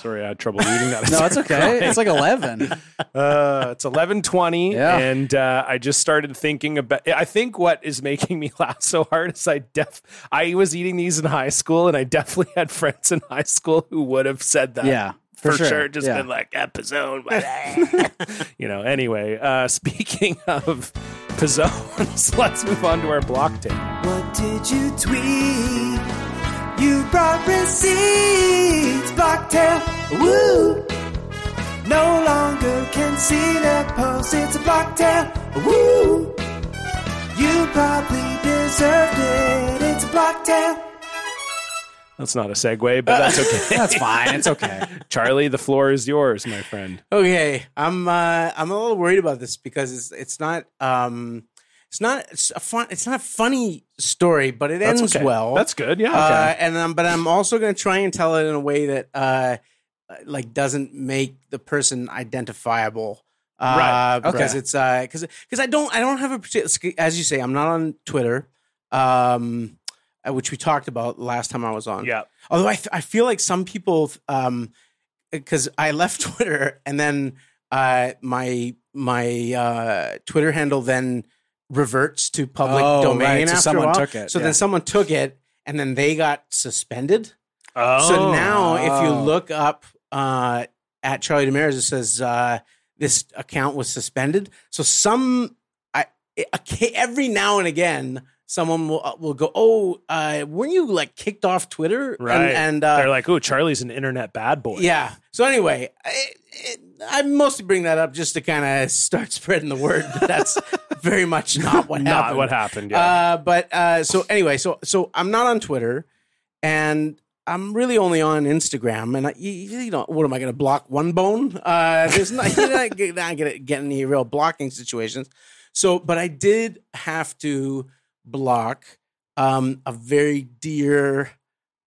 Sorry, I had trouble reading that.
No, it's okay. It's like eleven.
uh, it's eleven twenty,
Yeah.
and uh, I just started thinking about. I think what is making me laugh so hard is I def. I was eating these in high school, and I definitely had friends in high school who would have said that.
Yeah, for sure.
Just
Yeah.
been like episode, you know. Anyway, uh, speaking of pizzones, let's move on to our block tape.
What did you tweet? You brought receipts, Blocktail. Woo! No longer can see their pulse. It's a blocktail. Woo! You probably deserved it. It's a blocktail.
That's not a segue, but that's okay.
that's fine. It's okay.
Charlie, the floor is yours, my friend.
Okay, I'm uh, I'm a little worried about this because it's it's not um it's not it's a fun it's not a funny story, but it
That's
ends
Mm, okay.
well.
That's good. Yeah.
Uh,
Okay.
and um, but I'm also going to try and tell it in a way that uh like doesn't make the person identifiable. Uh,
Right. Okay.
Because it's because because I don't I don't have a particular as you say I'm not on Twitter, um, uh, which we talked about last time I was on.
Yeah.
Although I, th- I feel like some people, um, because I left Twitter and then uh, my my uh, Twitter handle then reverts to public
Oh,
domain
right. So
after
someone
a while.
took it,
So
yeah.
then someone took it and then they got suspended.
Oh.
So now if you
Oh.
look up uh, at Charlie Damaris, it says uh, this account was suspended. So some I a ca- every now and again. Someone will uh, will go. Oh, uh, weren't you like kicked off Twitter? And-
Right.
And, uh,
They're like, oh, Charlie's an internet bad boy.
yeah. So anyway, I, it, I mostly bring that up just to kind of start spreading the word. But that's very much not what
Not
happened.
what happened. Yeah.
Uh, but uh, so anyway, so so I'm not on Twitter, and I'm really only on Instagram. And I, you, you know, what am I going to block one bone? Uh, there's not you're not going to get any real blocking situations. So, but I did have to block um, a very dear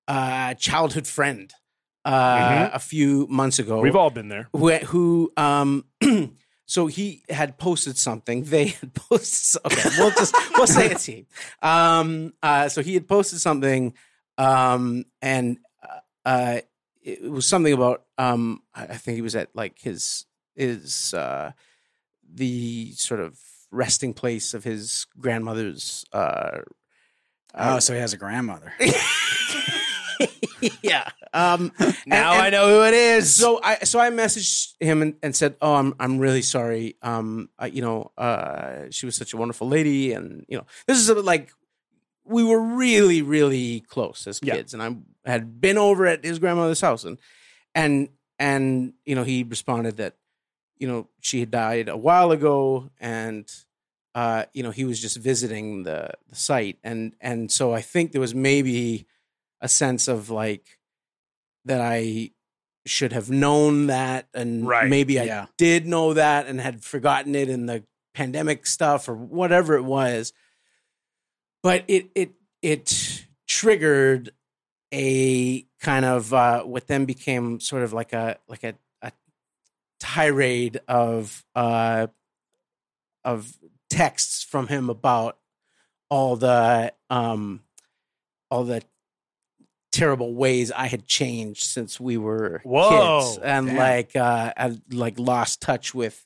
uh, childhood friend uh,
Mhm.
a few months ago
We've all been there.
who who um so he had posted something they had posted okay we'll just we'll say it's he um uh so he had posted something um and uh it was something about um i I think he was at like his his uh the sort of resting place of his grandmother's uh
Oh, so he has a grandmother.
yeah. Um,
Now I
know who it is. So I so I messaged him and, and said, "Oh, I'm I'm really sorry. Um, I, you know, uh, she was such a wonderful lady, and you know, this is a, like we were really really close as kids, and I had been over at his grandmother's house, and and and you know, he responded that you know she had died a while ago, and uh, you know, he was just visiting the the site, and and so I think there was maybe a sense of like that I should have known that, and
Right,
maybe I
yeah.
did know that and had forgotten it in the pandemic stuff or whatever it was. But it it it triggered a kind of uh, what then became sort of like a like a, a tirade of uh, of texts from him about all the um all the terrible ways I had changed since we were
Whoa.
kids and
Damn.
like uh I like lost touch with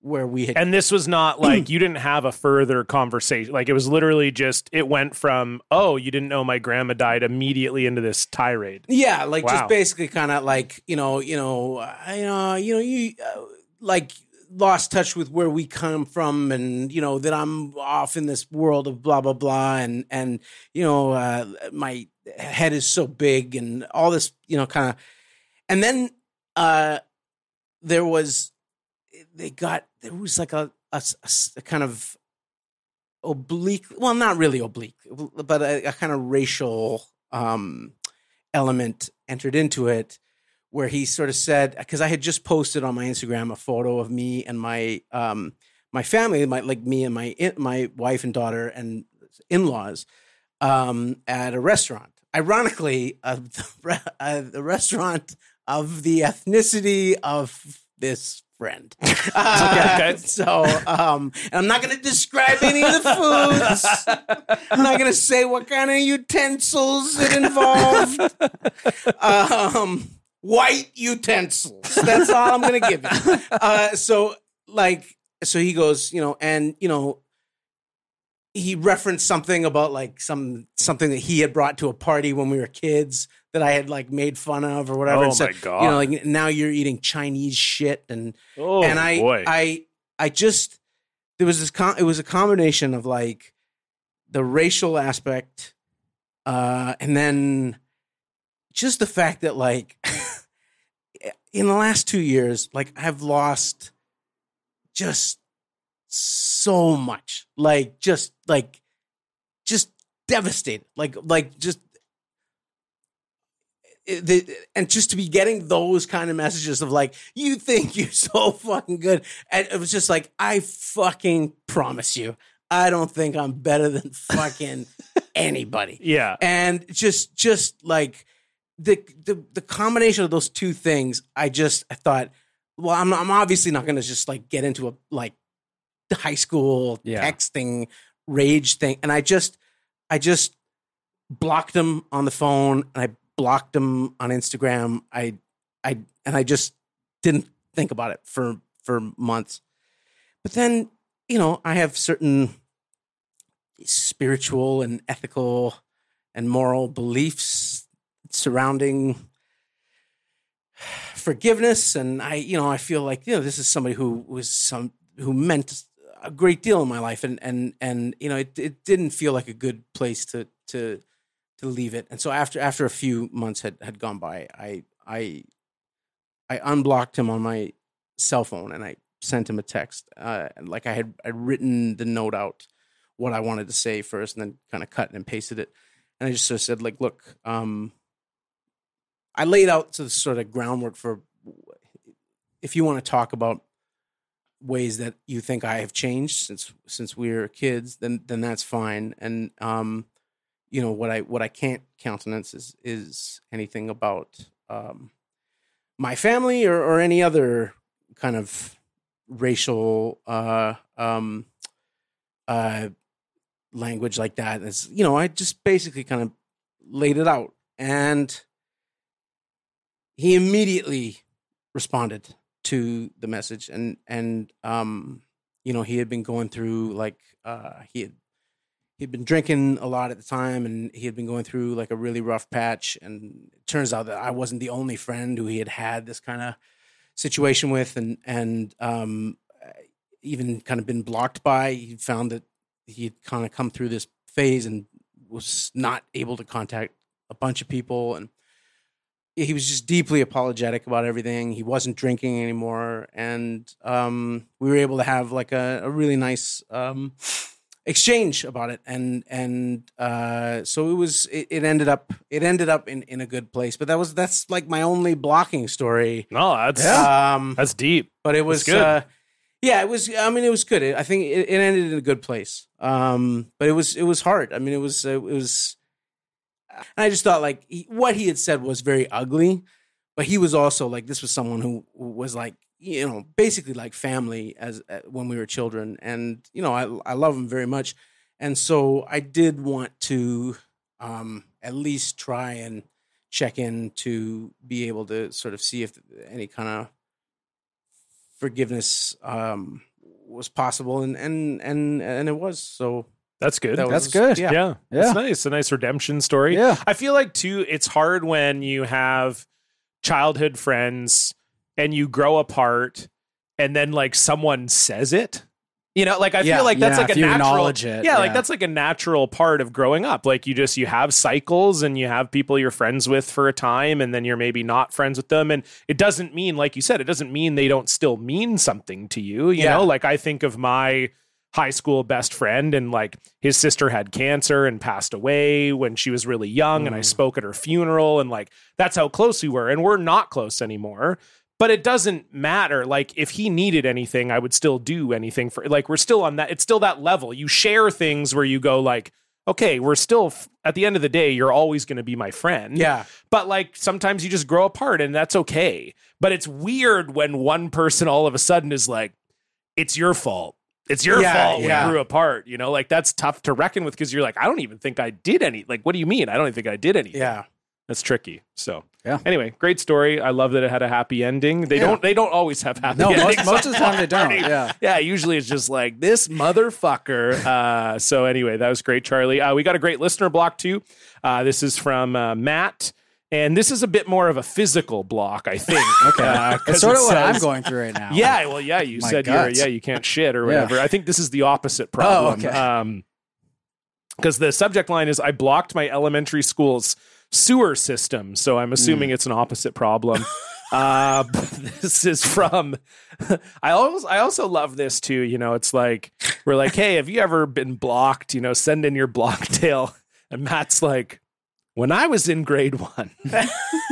where we had
And this was not like you didn't have a further conversation. Like it was literally just it went from oh you didn't know my grandma died immediately into this tirade.
Yeah, like
Wow.
just basically kind of like you know, you know, I, uh, you know, you uh, like lost touch with where we come from, and you know that I'm off in this world of blah blah blah, and and you know uh, my head is so big, and all this you know kind of, and then uh, there was they got there was like a a s- a s- a kind of oblique, well, not really oblique, but a, a kind of racial. Um, element entered into it where he sort of said because I had just posted on my Instagram a photo of me and my um my family my like me and my my wife and daughter and in-laws um at a restaurant ironically uh, the, re- uh, the restaurant of the ethnicity of this friend Uh,
Okay.
so um and I'm not going to describe any of the foods I'm not gonna say what kind of utensils it involved. um, white utensils. That's all I'm gonna give you. Uh, so like, so he goes, you know, and you know, he referenced something about like some something that he had brought to a party when we were kids that I had like made fun of or whatever.
Oh,
And
my God.
You know, like now you're eating Chinese shit and
Oh
and I,
boy.
I, I just there was this. Com- it was a combination of like the racial aspect, uh, and then just the fact that like in the last two years, like I've lost just so much. Like just like just devastated. Like like just it- the, and just to be getting those kind of messages of like you think you're so fucking good and it was just like i fucking promise you i don't think i'm better than fucking anybody
yeah
and just just like the the the combination of those two things i just i thought well i'm i'm obviously not going to just like get into a like high school texting rage thing and i just i just blocked him on the phone and I blocked him on Instagram. I I and I just didn't think about it for for months. But then, you know, I have certain spiritual and ethical and moral beliefs surrounding forgiveness and I you know I feel like you know this is somebody who was some who meant a great deal in my life and and and you know it it didn't feel like a good place to to to leave it and so after after a few months had had gone by I I I unblocked him on my cell phone and I sent him a text uh and like I had I'd written the note out what I wanted to say first and then kind of cut and pasted it and I just sort of said like look um I laid out the sort of groundwork for if you want to talk about ways that you think I have changed since since we were kids, then then that's fine. And um, you know what I what I can't countenance is is anything about um, my family or, or any other kind of racial uh, um, uh, language like that. It's you know I just basically kind of laid it out and he immediately responded to the message and and um you know he had been going through like uh he had he'd been drinking a lot at the time and he had been going through like a really rough patch and it turns out that I wasn't the only friend who he had had this kind of situation with and and um even kind of been blocked by he found that he had kind of come through this phase and was not able to contact a bunch of people and he was just deeply apologetic about everything. He wasn't drinking anymore, and um, we were able to have like a, a really nice um, exchange about it. And and uh, so it was. It, it ended up. It ended up in, in a good place. But that was that's like my only blocking story.
No, that's
um,
that's deep.
But
That's
it was
good.
Uh, yeah, it was. I mean, it was good. It, I think it, it ended in a good place. Um, but it was it was hard. I mean, it was uh, it was. And I just thought like he, what he had said was very ugly, but he was also like this was someone who was like you know basically like family as uh, when we were children, and you know I I love him very much, and so I did want to um, at least try and check in to be able to sort of see if any kind of forgiveness um, was possible, and and and and it was. So
That's good.
That was-
Yeah.
yeah.
yeah.
Yeah.
That's nice. A nice redemption story.
Yeah.
I feel like too, it's hard when you have childhood friends and you grow apart and then like someone says it. You know, like I
Yeah.
feel like that's
Yeah,
like
if
a
you
natural
acknowledge it,
Yeah, like
yeah.
that's like a natural part of growing up. Like you just you have cycles and you have people you're friends with for a time and then you're maybe not friends with them and it doesn't mean like you said it doesn't mean they don't still mean something to you, you
Yeah.
know? Like I think of my high school best friend and like his sister had cancer and passed away when she was really young and I
Mm.
spoke at her funeral and like that's how close we were and we're not close anymore but it doesn't matter like if he needed anything I would still do anything for like we're still on that it's still that level you share things where you go like okay we're still f- at the end of the day you're always going to be my friend
Yeah.
but like sometimes you just grow apart and that's okay but it's weird when one person all of a sudden is like it's your fault. It's your
Yeah,
fault we
yeah.
grew apart. You know, like that's tough to reckon with because you're like, I don't even think I did any. Like, what do you mean? I don't even think I did anything.
Yeah.
That's tricky. So
yeah.
Anyway, great story. I love that it had a happy ending. They
Yeah.
don't. They don't always have happy.
No, most-
endings
most of the time they don't,
Barney.
yeah.
Yeah. Usually it's just like this motherfucker. Uh, so anyway, that was great, Charlie. Uh, we got a great listener block too. Uh, this is from uh, Matt. And this is a bit more of a physical block, I think.
Okay.
uh, 'cause
it's sort
it
of what I'm
says-
going through right now.
yeah, well, yeah, you
My
said you're,
guts.
yeah, you can't shit or
Yeah. Oh,
whatever. I think this is the opposite problem.
okay.
Um, because the subject line is I
Hmm.
blocked my elementary school's sewer system, so I'm assuming it's an opposite problem. Uh, but this is from. I always, I also love this too. You know, it's like we're like, hey, have you ever been blocked? You know, send in your block tale. And Matt's like, when I was in grade one.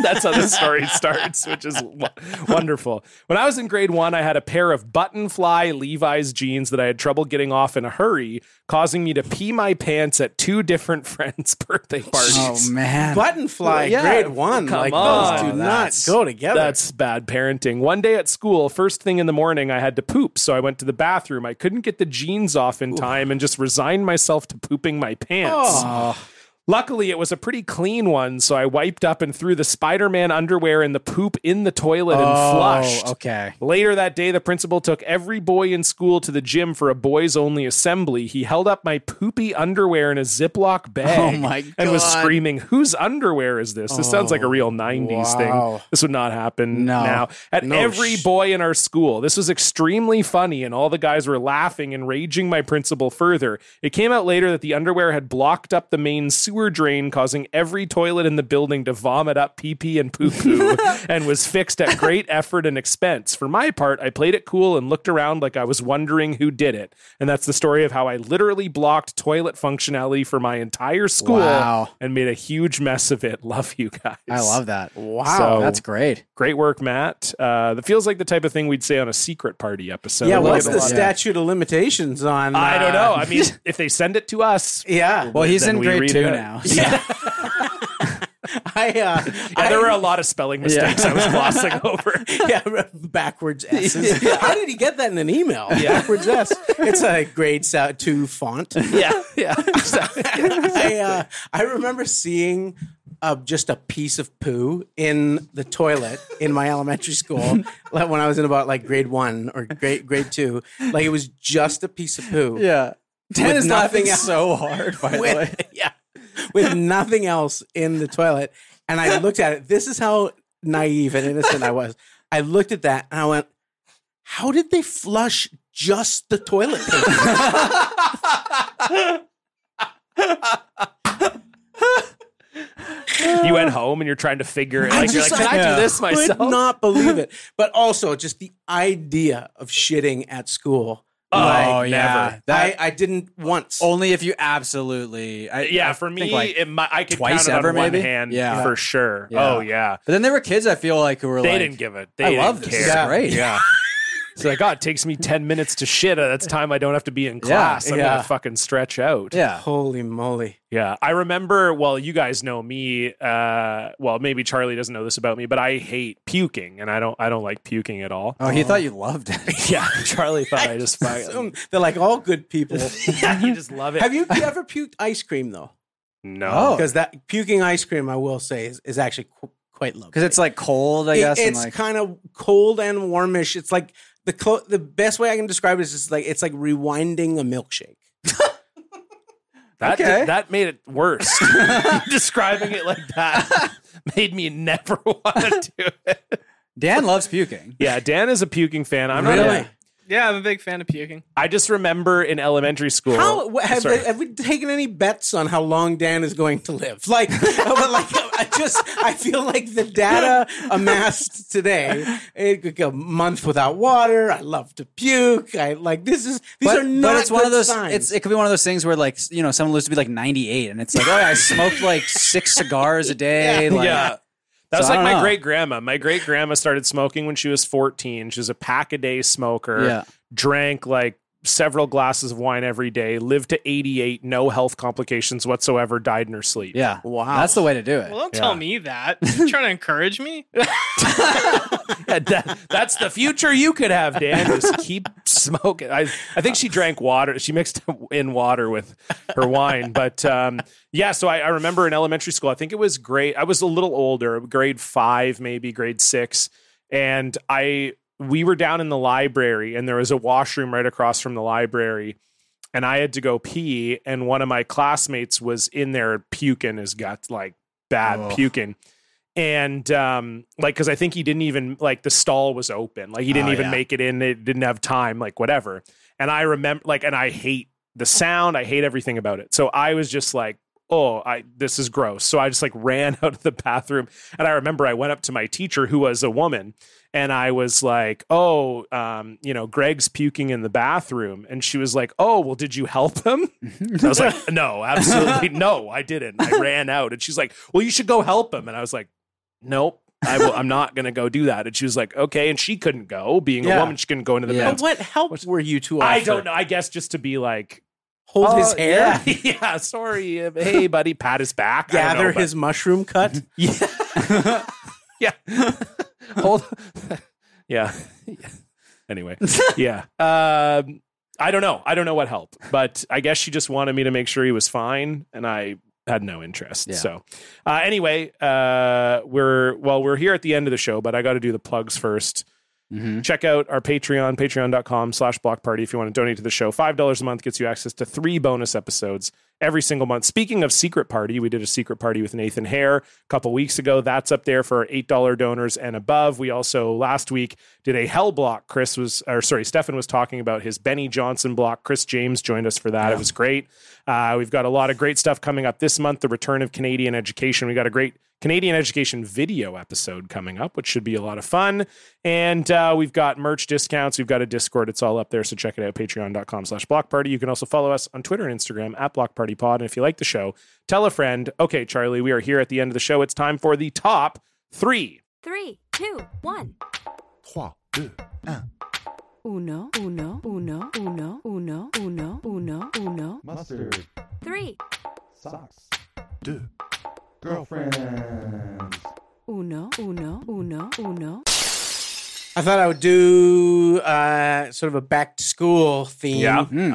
That's how the story starts, which is wo- wonderful. When I was in grade one, I had a pair of button fly Levi's jeans that I had trouble getting off in a hurry, causing me to pee my pants at two different friends' birthday parties.
Oh, man.
Buttonfly, grade one.
Come
like,
on.
those do not go together.
That's bad parenting. One day at school, first thing in the morning, I had to poop, so I went to the bathroom. I couldn't get the jeans off in time and just resigned myself to pooping my pants.
Oh.
Luckily, it was a pretty clean one, so I wiped up and threw the Spider Man underwear and the poop in the toilet and flushed.
Okay.
Later that day, the principal took every boy in school to the gym for a boys only assembly. He held up my poopy underwear in a Ziploc bag
Oh my
and was
God.
screaming, Whose underwear is this? This sounds like a real 90s
Oh, wow.
thing. This would not happen
No.
now. At
No
every boy in our school, this was extremely funny, and all the guys were laughing and raging my principal further. It came out later that the underwear had blocked up the main sewer drain, causing every toilet in the building to vomit up pee pee and poo poo, and was fixed at great effort and expense. For my part, I played it cool and looked around like I was wondering who did it. And that's the story of how I literally blocked toilet functionality for my entire school
Wow.
and made a huge mess of it. Love you guys.
I love that. Wow.
So-
that's great.
Great work, Matt. Uh, that feels like the type of thing we'd say on a secret party episode.
yeah,
We
what's
get a
the
lot of-
statute of limitations on?
I don't
uh,
know. I mean, if they send it to us,
yeah.
Well, he's
then
in
we
grade
read
two
it.
now.
Yeah,
I, uh,
yeah, there were a lot of spelling mistakes I was glossing over.
yeah, backwards S's. How did he get that in an email? Backwards S. It's a grade sa- two font.
Yeah, yeah.
I, uh, I remember seeing uh, just a piece of poo in the toilet in my elementary school like, when I was in about like grade one or grade grade two. Like it was just a piece of poo.
Yeah. Ten
With
is laughing
nothing else.
so hard, by the
With-
way.
with nothing else in the toilet. And I looked at it. This is how naive and innocent I was. I looked at that and I went, How did they flush just the toilet paper?
you went home and you're trying to figure it.
I
Like, you're
just-
like, can I, do this myself?
could not believe it. But also, just the idea of shitting at school.
Oh,
like,
yeah.
never. I, I didn't once.
Oh,
Only if you absolutely. I,
yeah,
I
for
think,
me,
like,
it might, I could
twice
count it on
ever,
one
maybe?
hand
Yeah.
for sure.
Yeah.
Oh yeah,
But then there were kids I feel like who were
they
like,
didn't give it. They
I
didn't
love this.
Care.
This is great.
Yeah. So like, God, it takes me ten minutes to shit. Uh, That's time I don't have to be in
Yeah,
class. I'm
yeah.
gonna fucking stretch out.
Yeah.
Holy moly.
Yeah, I remember. Well, you guys know me. Uh, well, maybe Charlie doesn't know this about me, but I hate puking, and I don't. I don't like puking at all.
Oh, he thought you loved it.
yeah, Charlie thought I just. fucking-
Assume They're like all good people.
yeah, you just love it.
Have Oh, you ever puked ice cream though?
No.
because that puking ice cream, I will say, is, is actually qu- quite lovely.
Because it's like cold, I
It-
guess. and
it's
like,
kind of cold and warmish. It's like the clo- the best way I can describe it is just like it's like rewinding a milkshake.
That
Okay.
did- that made it worse. Describing it like that made me never want to do it.
Dan loves puking.
Yeah, Dan is a puking fan. I'm not.
Really?
A,
Yeah, I'm a big fan of puking.
I just remember in elementary school.
How wha- have,
Sorry.
have we taken any bets on how long Dan is going to live? Like, but like I just I feel like the data amassed today. It could go a month without water. I love to puke. I like this is these
but,
are not
but it's one
good
of those.
signs.
It's it could be one of those things where like you know someone lives to be like ninety eight, and it's like oh I smoked like six cigars a day. Like,
yeah. That was
So I
like
don't
my
know.
great grandma. My great grandma started smoking when she was 14. She was a pack a day smoker.
Yeah.
Drank like several glasses of wine every day, lived to 88, no health complications whatsoever, died in her sleep.
yeah.
wow.
That's the way to do it.
Well, don't tell
Yeah.
me that. You're trying to encourage me?
That- that's the future you could have, Dan. Just keep smoking. I, I think she drank water. She mixed in water with her wine. But um, yeah, so I, I remember in elementary school, I think it was grade, I was a little older, grade five, maybe grade six. And I, we were down in the library and there was a washroom right across from the library. And I had to go pee. And one of my classmates was in there puking his guts, like bad
Oh.
puking and um like because i think he didn't even like the stall was open like he didn't
Oh,
even
yeah.
make it in it didn't have time like whatever and i remember like and i hate the sound i hate everything about it so i was just like oh, I this is gross. So I just like ran out of the bathroom. And I remember I went up to my teacher who was a woman and I was like, "Oh, um, you know, Greg's puking in the bathroom." And she was like, "Oh, well, did you help him?" And I was like, "No, absolutely no. I didn't. I ran out." And she's like, "Well, you should go help him." And I was like, "Nope." I will, I'm not going to go do that. And she was like, okay. And she couldn't go. Being
Yeah.
a woman, she couldn't go into the
Yeah.
men's
But what help were you two?
I
offer?
don't know. I guess just to be like
Hold
oh,
his hair?
Yeah, yeah, sorry. uh, Hey, buddy, pat his back. I don't know,
Gather
but-
his mushroom cut.
Hold. yeah. Yeah. Anyway. yeah. Um, I don't know. I don't know what helped, but I guess she just wanted me to make sure he was fine, and I had no interest.
Yeah.
So, uh, anyway, uh, we're well, we're here at the end of the show, but I got to do the plugs 1st Check out our Patreon, patreon.com slash block party if you want to donate to the show. $5 a month gets you access to three bonus episodes every single month. Speaking of secret party, we did a secret party with Nathan Hare a couple weeks ago. That's up there for our $8 donors and above. We also last week did a hell block. Chris was, or sorry, Stefan was talking about his Benny Johnson block. Chris James joined us for that. It was great. Uh, we've got a lot of great stuff coming up this month. The return of Canadian education. We got a great Canadian education video episode coming up, which should be a lot of fun. And uh, we've got merch discounts. We've got a Discord. It's all up there. So check it out, patreon.com slash block party. You can also follow us on Twitter and Instagram at block party pod. And if you like the show, tell a friend. Okay, Charlie, we are here at the end of the show. It's time for the top three.
Three, two, one. Uno, uno, uno, uno, uno, uno, uno, uno.
Mustard.
Three.
Socks. Deux. Girlfriends.
Uno, uno, uno, uno.
I thought I would do uh, sort of a back to school theme.
Yeah.
Uh,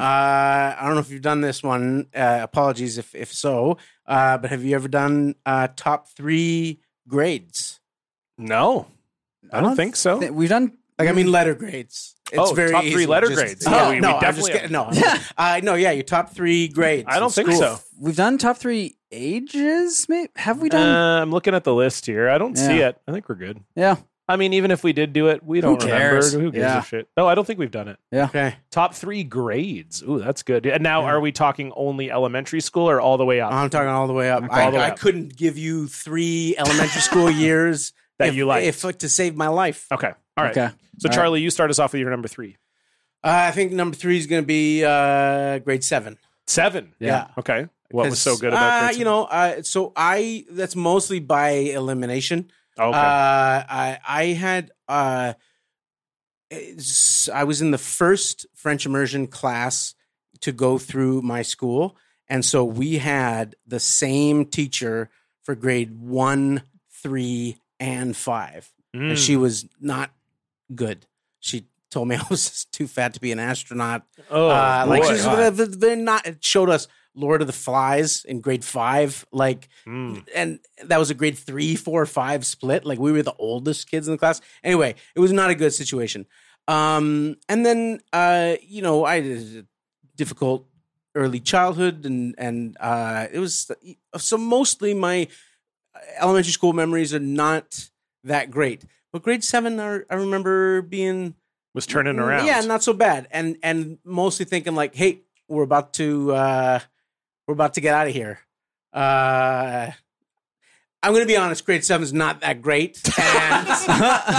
I don't know if you've done this one. Uh, apologies if if so. Uh, but have you ever done uh, top three grades?
No, I don't think so.
we've done
like I mean letter grades. It's
Oh,
very
top three
easy.
letter
Just-
grades.
Oh,
Yeah, we- we
no, I'm just
definitely
kidding. No, uh, no, yeah, your top three grades.
I don't
in
think
school.
so.
We've done top three ages. Maybe have we done?
Uh, I'm looking at the list here. I don't see
Yeah.
it. I think we're good.
yeah.
I mean, even if we did do it, we
Who
don't remember.
cares?
Who gives
Yeah.
a shit? No, I don't think we've done it.
Yeah.
Okay.
Top three grades. Ooh, that's good. And now, are we talking only elementary school or all the way up?
I'm talking all the way up. I,
All the way
I
up.
couldn't give you three elementary school years
That
if-
you liked.
if to save my life.
Okay. All right.
Okay.
So,
All right.
Charlie, you start us off with your number three.
Uh, I think number three is going to be uh, grade seven.
Seven.
Yeah.
Okay. What was so good
Uh,
about grade
you know, uh, so I that's mostly by elimination.
Okay.
Uh, I I had uh, it's- I was in the first French immersion class to go through my school, and so we had the same teacher for grade one, three, and five, and
Mm.
she was not good. She told me I was too fat to be an astronaut.
Oh,
uh, like
boy.
she's they're not it showed us Lord of the Flies in grade five, like,
Hmm.
and that was a grade three, four, five split. Like we were the oldest kids in the class. Anyway, it was not a good situation. Um, and then uh, you know, I had a difficult early childhood, and and uh, it was so mostly my elementary school memories are not that great. But grade seven, I, I remember being
was turning around.
Mm, Yeah, not so bad, and and mostly thinking like, hey, we're about to uh, we're about to get out of here. Uh, I'm going to be honest, grade seven's not that great. And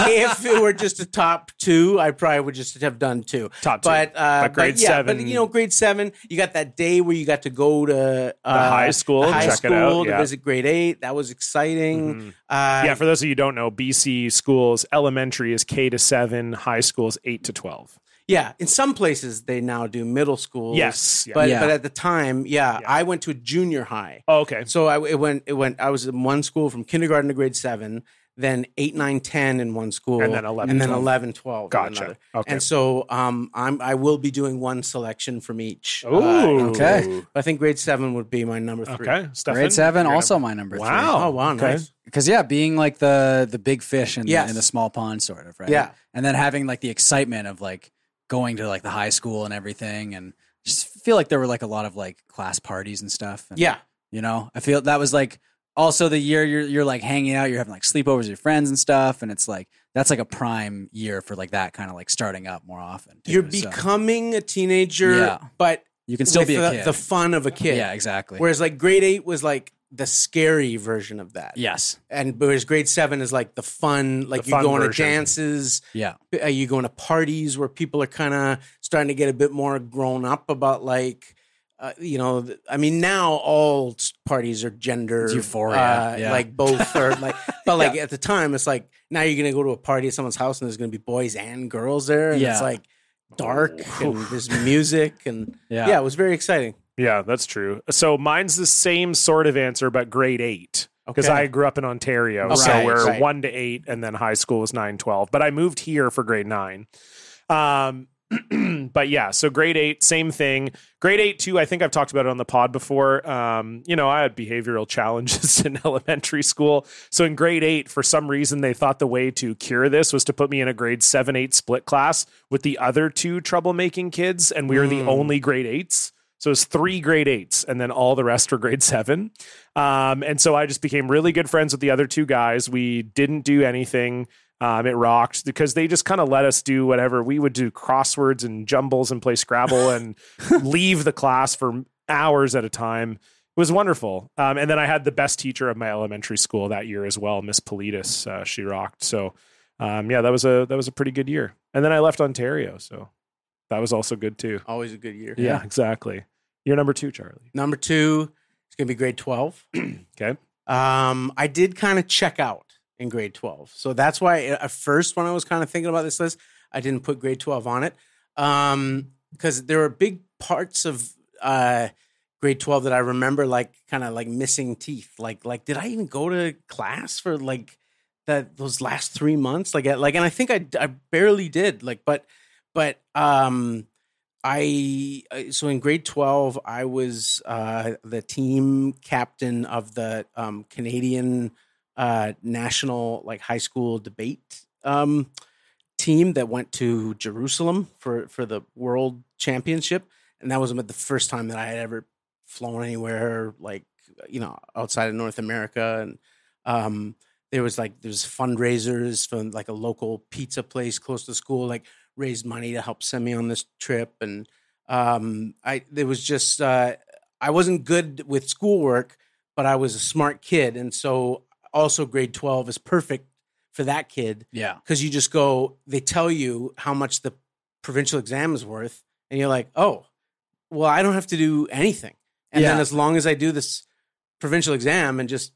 if it were just a top two, I probably would just have done two.
Top two.
but uh,
But grade
but yeah,
seven-
But you know, grade seven, you got that day where you got to go to uh,
high school,
the high
check it
school
out,
to
yeah. Mm-hmm.
visit grade eight. That was exciting. Uh,
yeah. For those of you who don't know, BC schools elementary is K to seven, high school is eight to twelve.
Yeah, in some places they now do middle schools.
Yes, yeah.
but
Yeah.
but at the time, yeah, I went to a junior high.
Oh, okay.
So I it went it went. I was in one school from kindergarten to grade seven, then eight, nine, ten in one school,
And then 11,
and then
12.
11, 12 in
Gotcha.
another.
Okay.
And so um, I'm I will be doing one selection from each. uh,
Ooh. Okay.
I think grade seven would be my number three.
Okay, Stefan,
grade seven,
your
also
number-
my number three.
Wow.
Oh, wow, Okay. nice.
Because yeah, being like the the big fish in,
Yes.
the, in the small pond, sort of, right?
Yeah.
and then having like the excitement of like going to like the high school and everything, and just feel like there were like a lot of like class parties and stuff. And,
Yeah.
you know, I feel that was like also the year you're you're like hanging out, you're having like sleepovers with your friends and stuff, and it's like that's like a prime year for like that kind of like starting up more often. too,
You're
so-
becoming a teenager,
uh, Yeah.
but
You can still
with
be a
the,
kid.
the fun of a kid.
Yeah, exactly.
Whereas like grade eight was like the scary version of that.
Yes.
And whereas grade seven is like the fun, like
The
you
fun
going
version.
to dances,
Yeah.
uh, you going to parties where people are kind of starting to get a bit more grown up about like, uh, you know, th- I mean, now all s- parties are gender
It's euphoria,
uh,
yeah.
like both are like, but like at the time, it's like now you're gonna go to a party at someone's house and there's gonna be boys and girls there, and
Yeah.
it's like dark and there's music and
Yeah.
yeah, it was very exciting.
Yeah, that's true. So mine's the same sort of answer, but grade eight. Because
Okay.
I grew up in Ontario.
Okay,
so we're
right.
one to eight, and then high school was nine, 12. But I moved here for grade nine. Um, but yeah, so grade eight, same thing. Grade eight, too, I think I've talked about it on the pod before. Um, you know, I had behavioral challenges in elementary school. So in grade eight, for some reason, they thought the way to cure this was to put me in a grade seven, eight split class with the other two troublemaking kids. And we were the
Mm.
only grade eights. So it's three grade eights, and then all the rest were grade seven. Um, and so I just became really good friends with the other two guys. We didn't do anything. Um, it rocked because they just kind of let us do whatever. We would do crosswords and jumbles and play Scrabble and leave the class for hours at a time. It was wonderful. Um, and then I had the best teacher of my elementary school that year as well, Miss Politis. Uh, she rocked. So um, yeah, that was a that was a pretty good year. And then I left Ontario, so that was also good too.
Always a good year.
Yeah, exactly. You're number two, Charlie.
Number two is going to be grade 12.
okay.
Um, I did kind of check out in grade 12. So that's why uh, at first, when I was kind of thinking about this list, I didn't put grade 12 on it. Um, because there were big parts of uh, grade 12 that I remember like kind of like missing teeth. Like, like, did I even go to class for like that those last three months? Like, I- like, and I think I, I barely did like, but, but, um, I I- so in grade twelve, I was uh, the team captain of the um, Canadian uh, national like high school debate um, team that went to Jerusalem for for the World Championship, and that was the first time that I had ever flown anywhere like you know outside of North America, and um, there was like there's fundraisers from like a local pizza place close to school, like raised money to help send me on this trip, and um, I there was just uh, I wasn't good with schoolwork, but I was a smart kid, and so also grade twelve is perfect for that kid
Yeah.
because you just go they tell you how much the provincial exam is worth and you're like oh well i don't have to do anything and then
Yeah.
as long as i do this provincial exam and just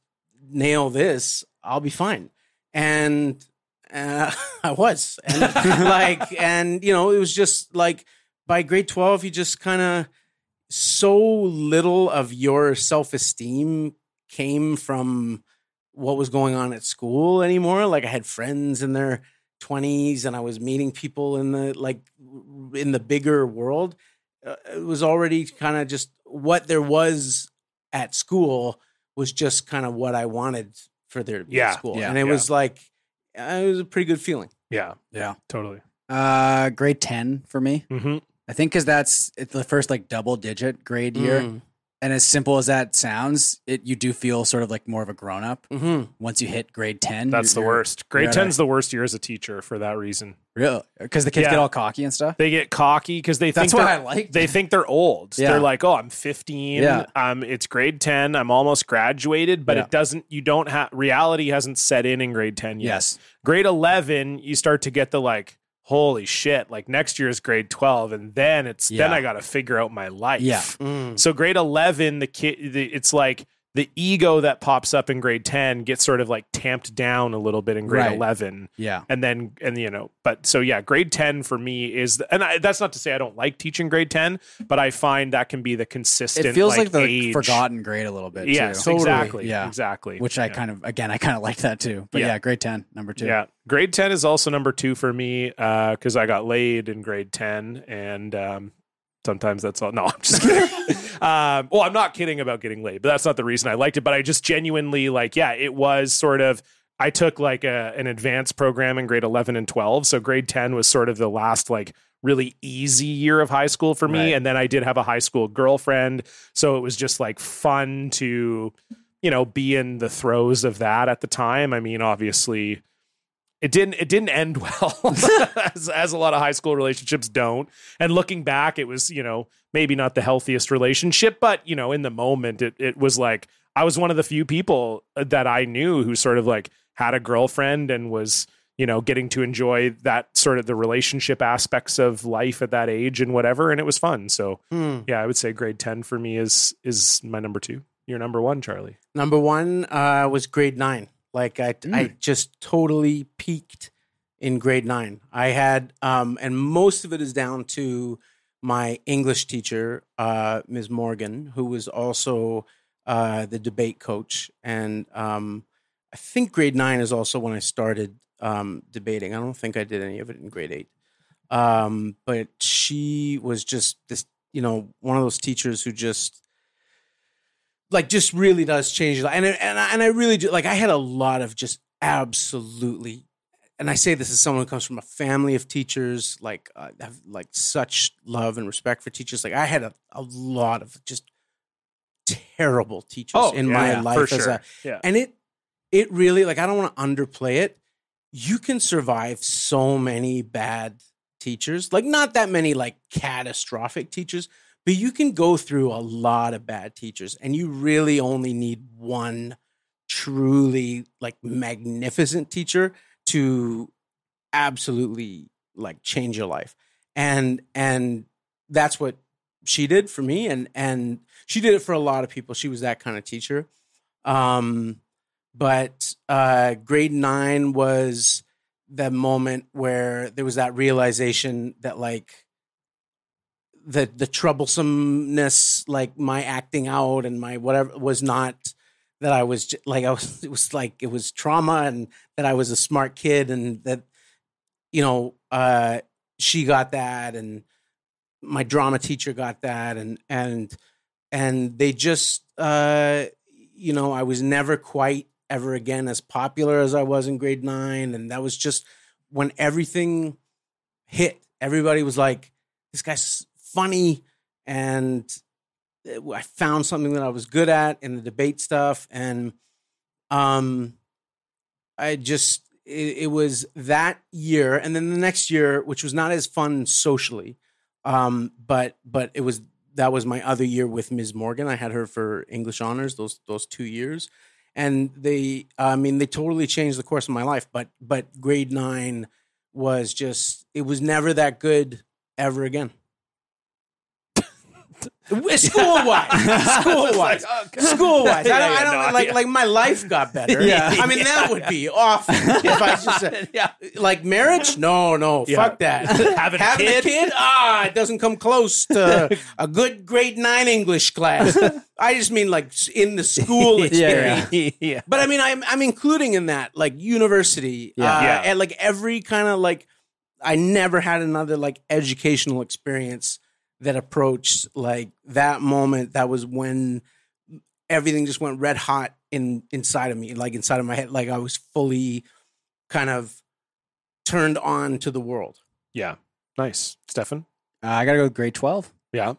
nail this i'll be fine and uh, i was and like and you know it was just like by grade 12 you just kind of so little of your self-esteem came from what was going on at school anymore. Like I had friends in their 20s and I was meeting people in the like in the bigger world. Uh, it was already kind of just what there was at school was just kind of what I wanted for there to be
Yeah,
at school.
yeah,
and it
yeah.
was like uh, it was a pretty good feeling.
Yeah.
Yeah.
Totally.
Uh, grade 10 for me.
Mm-hmm.
I think because that's it's the first like double digit grade year.
Mm.
And as simple as that sounds, it you do feel sort of like more of a grown up
Mhm.
once you hit grade 10.
That's the worst. Grade 10's
ten's
the worst year as a teacher for that reason.
Really? Because the kids
Yeah.
get all cocky and stuff.
They get cocky because they think
That's what
they're-
I liked.
They think they're old.
Yeah.
They're like, oh, I'm 15.
Yeah.
Um, it's grade 10. I'm almost graduated, but
Yeah.
it doesn't. You don't have reality hasn't set in in grade 10 yet.
Yes.
Grade 11, you start to get the like, holy shit! Like next year is grade 12, and then it's then
Yeah.
I got to figure out my life.
Yeah.
So grade 11, the kid, the, it's like the ego that pops up in grade 10 gets sort of like tamped down a little bit in grade
Right.
11
Yeah.
and then and you know but so yeah grade 10 for me is and I, that's not to say i don't like teaching grade 10 but i find that can be the consistent
It feels like, the
age.
forgotten grade a little bit.
Yes,
too.
exactly,
Yeah.
exactly.
Which I
Yeah.
kind of, again, I kind of like that too. But yeah.
Yeah.
grade 10, number two.
yeah grade 10 is also number two for me because i got laid in grade 10 and um sometimes that's all no i'm just kidding um well i'm not kidding about getting laid but that's not the reason i liked it but i just genuinely like yeah it was sort of i took like a, an advanced program in grade 11 and 12 so grade 10 was sort of the last like really easy year of high school for me
Right.
and then i did have a high school girlfriend so it was just like fun to you know be in the throes of that at the time i mean obviously It didn't. It didn't end well, as, as a lot of high school relationships don't. And looking back, it was you know maybe not the healthiest relationship, but you know in the moment, it it was like I was one of the few people uh, that I knew who sort of like had a girlfriend and was you know getting to enjoy that sort of the relationship aspects of life at that age and whatever, and it was fun. So
Hmm.
yeah, I would say grade ten for me is is my number two. Your number one, Charlie.
Number one uh, was grade nine. Like I, I just totally peaked in grade nine. I had, um, and most of it is down to my English teacher, uh, Ms. Morgan, who was also uh, the debate coach. And um, I think grade nine is also when I started um, debating. I don't think I did any of it in grade eight. Um, but she was just this, you know, one of those teachers who just like just really does change your life. And I- and I, and I really do like I had a lot of just absolutely and I say this as someone who comes from a family of teachers, like uh, have like such love and respect for teachers. Like I had a, a lot of just terrible teachers
Oh,
in
yeah,
my
yeah,
life.
for
as a-
sure. Yeah.
And it it really like I don't want to underplay it. You can survive so many bad teachers, like not that many like catastrophic teachers, but you can go through a lot of bad teachers, and you really only need one truly like magnificent teacher to absolutely like change your life and and that's what she did for me and and she did it for a lot of people she was that kind of teacher um but uh grade 9 was the moment where there was that realization that like the the troublesomeness like my acting out and my whatever was not that I was j- like I was it was like it was trauma and that I was a smart kid and that you know uh she got that and my drama teacher got that and and and they just uh you know I was never quite ever again as popular as I was in grade 9 and that was just when everything hit everybody was like this guy's funny and uh, I found something that I was good at in the debate stuff, and um, I just it, it was that year, and then the next year, which was not as fun socially, um, but but it was that was my other year with Ms. Morgan. I had her for English honors those those two years, and they I mean they totally changed the course of my life. But but grade nine was just it was never that good ever again. School wise, school wise, school wise. I don't, I don't like like my life got better.
Yeah.
I mean that would be awful if I just said, like marriage. No, no,
Yeah.
fuck that.
Having a kid?
Ah, it doesn't come close to a good grade nine English class. I just mean like s- in the school
Yeah, yeah.
experience. But I mean, I'm I'm including in that like university.
Yeah.
uh,
Yeah.
And like every kind of like, I never had another like educational experience that approached like that moment. That was when everything just went red hot in inside of me, like inside of my head. Like I was fully kind of turned on to the world.
Yeah. Nice. Stefan?
Uh, I got to go with grade 12.
Yeah.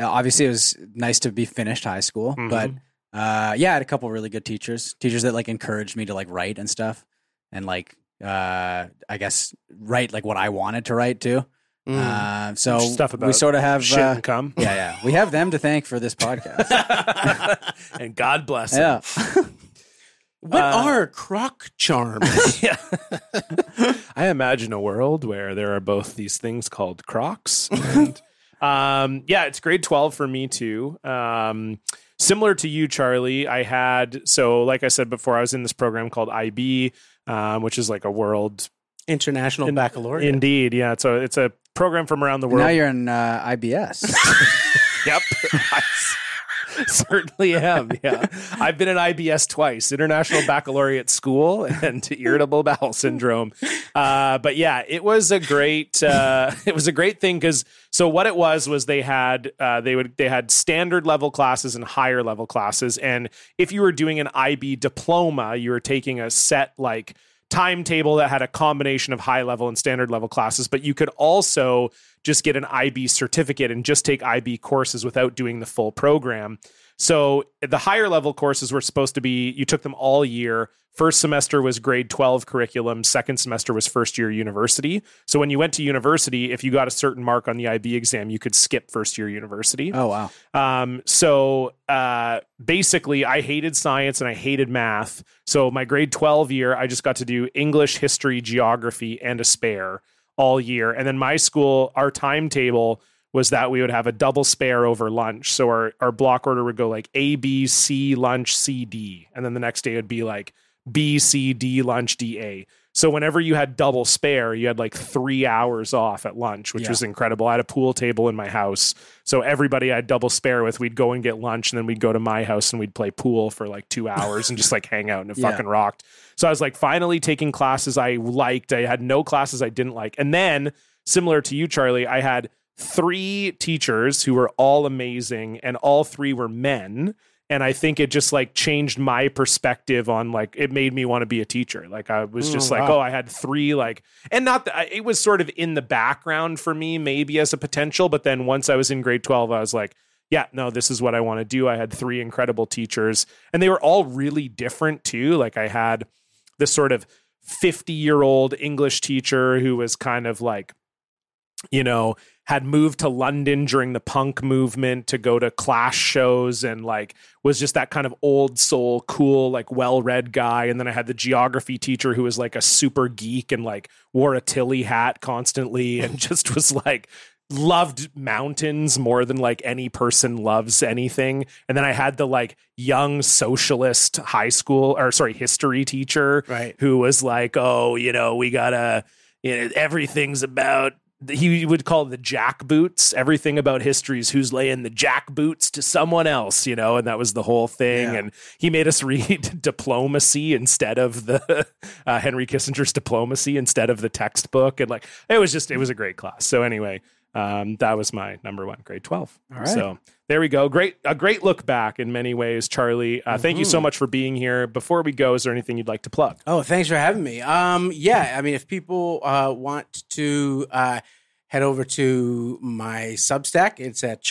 Mm-hmm.
Uh, obviously, it was nice to be finished high school, but uh, yeah, I had a couple really good teachers, teachers that like encouraged me to like write and stuff and like, uh, I guess write like what I wanted to write too.
Mm.
Uh, so
Stuff
we
about
sort of have
shit
uh,
and cum.
Yeah, yeah. We have them to thank for this podcast.
And God bless him.
yeah.
What
Uh,
are croc charms?
I imagine a world where there are both these things called Crocs. And, um, yeah, it's grade 12 for me too. Um, similar to you, Charlie, I had, so like I said before, I was in this program called IB, um, which is like a world.
International baccalaureate.
Indeed. Yeah. So it's a program from around the world.
Now you're in uh, IBS.
Yep. I s- certainly am. Yeah. I've been at IBS twice, International Baccalaureate School and irritable bowel syndrome. Uh, but yeah, it was a great uh, it was a great thing cuz so what it was was they had uh, they would they had standard level classes and higher level classes and if you were doing an IB diploma, you were taking a set like timetable that had a combination of high level and standard level classes, but you could also just get an IB certificate and just take IB courses without doing the full program. So the higher level courses were supposed to be you took them all year. First semester was grade 12 curriculum, second semester was first year university. So when you went to university, if you got a certain mark on the IB exam, you could skip first year university.
Oh, wow.
Um, so uh, basically, I hated science and I hated math. So my grade 12 year, I just got to do English, history, geography, and a spare all year. And then my school, our timetable was that we would have a double spare over lunch. So our, our block order would go like A, B, C, lunch, C, D. And then the next day would be like B, C, D, lunch, D, A. So whenever you had double spare, you had like three hours off at lunch, which
Yeah.
was incredible. I had a pool table in my house. So everybody I had double spare with, we'd go and get lunch and then we'd go to my house and we'd play pool for like two hours and just like hang out and it
Yeah.
fucking rocked. So I was like finally taking classes I liked. I had no classes I didn't like. And then similar to you, Charlie, I had three teachers who were all amazing and all three were men and i think it just like changed my perspective on like it made me want to be a teacher like i was just
Mm,
like
wow.
oh i had three like and not that I- it was sort of in the background for me maybe as a potential but then once i was in grade 12 i was like yeah no this is what i want to do i had three incredible teachers and they were all really different too like i had this sort of 50 year old english teacher who was kind of like you know, had moved to London during the punk movement to go to clash shows and like was just that kind of old soul, cool, like well read guy. And then I had the geography teacher who was like a super geek and like wore a Tilly hat constantly and just was like loved mountains more than like any person loves anything. And then I had the like young socialist high school or sorry, history teacher
Right.
who was like, oh, you know, we gotta, you know, everything's about. He would call the jack boots. Everything about history is who's laying the jack boots to someone else, you know, and that was the whole thing. And he made us read diplomacy instead of the uh, Henry Kissinger's diplomacy instead of the textbook, and like it was just it was a great class. So anyway, um, that was my number one, grade twelve.
All right.
So there we go. Great, a great look back in many ways, Charlie. Uh, Thank you so
Mm-hmm.
much for being here. Before we go, is there anything you'd like to plug?
Oh, thanks for having me. Um, yeah, I mean, if people uh, want to uh, head over to my Substack, it's at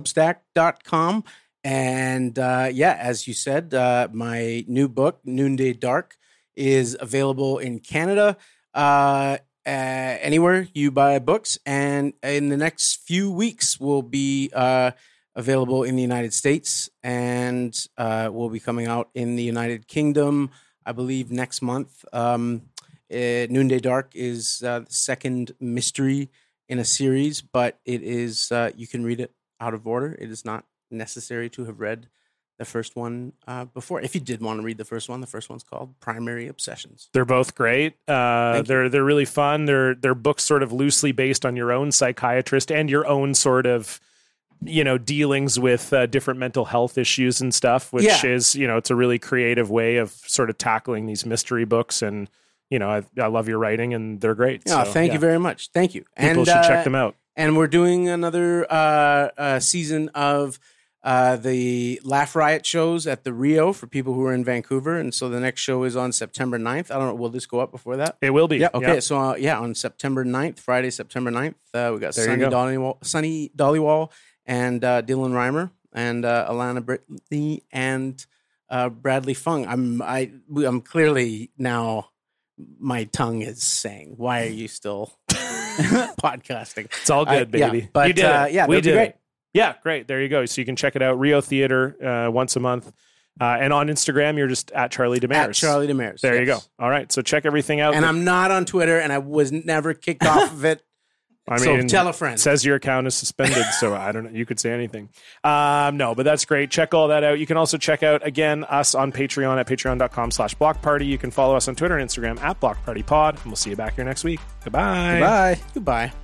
charliedemaris.substack.com. And uh, yeah, as you said, uh, my new book, Noonday Dark, is available in Canada, uh, uh, anywhere you buy books. And in the next few weeks, will be. Uh, Available in the United States and uh, will be coming out in the United Kingdom, I believe next month. Um, eh, Noonday Dark is uh, the second mystery in a series, but it is uh, you can read it out of order. It is not necessary to have read the first one uh, before. If you did want to read the first one, the first one's called Primary Obsessions.
They're both great. Uh,
Thank you.
they're they're really fun. They're they're books sort of loosely based on your own psychiatrist and your own sort of you know dealings with uh, different mental health issues and stuff, which
Yeah.
is you know it's a really creative way of sort of tackling these mystery books. And you know I, I love your writing and they're great.
No,
So,
Oh, Ah, thank
yeah.
you very much. Thank you. uh,
People should check them out.
And we're doing another uh, uh, season of uh, the Laugh Riot shows at the Rio for people who are in Vancouver. And so the next show is on September 9th. I don't know. Will this go up before that?
It will be.
Yeah. Okay.
Yeah.
So uh, yeah, on September 9th, Friday, September 9th, uh, we got
There you
Sunny
go.
Dollywall, Sunny Dollywall, and uh, Dylan Reimer, and uh, Alana Brittany, and uh, Bradley Fung. I'm I I'm clearly now my tongue is saying, "Why are you still podcasting?"
It's all
I-
good,
yeah,
baby.
but,
you did
uh,
it.
yeah,
we
that'd be
did
great.
it. Yeah, great. There you go. So you can check it out. Rio Theater uh, once a month. Uh, and on Instagram, you're just at Charlie Damaris.
Charlie Damaris,
There you go.
yes.
All right. So check everything out.
And I'm not on Twitter, and I was never kicked off of it.
I
So
mean,
tell a friend.
it Says your account is suspended, so I don't know. You could say anything. Um, no, but that's great. Check all that out. You can also check out again us on Patreon at patreon.com slash block party. You can follow us on Twitter and Instagram at block party pod, and we'll see you back here next week. Goodbye.
Goodbye.
Goodbye.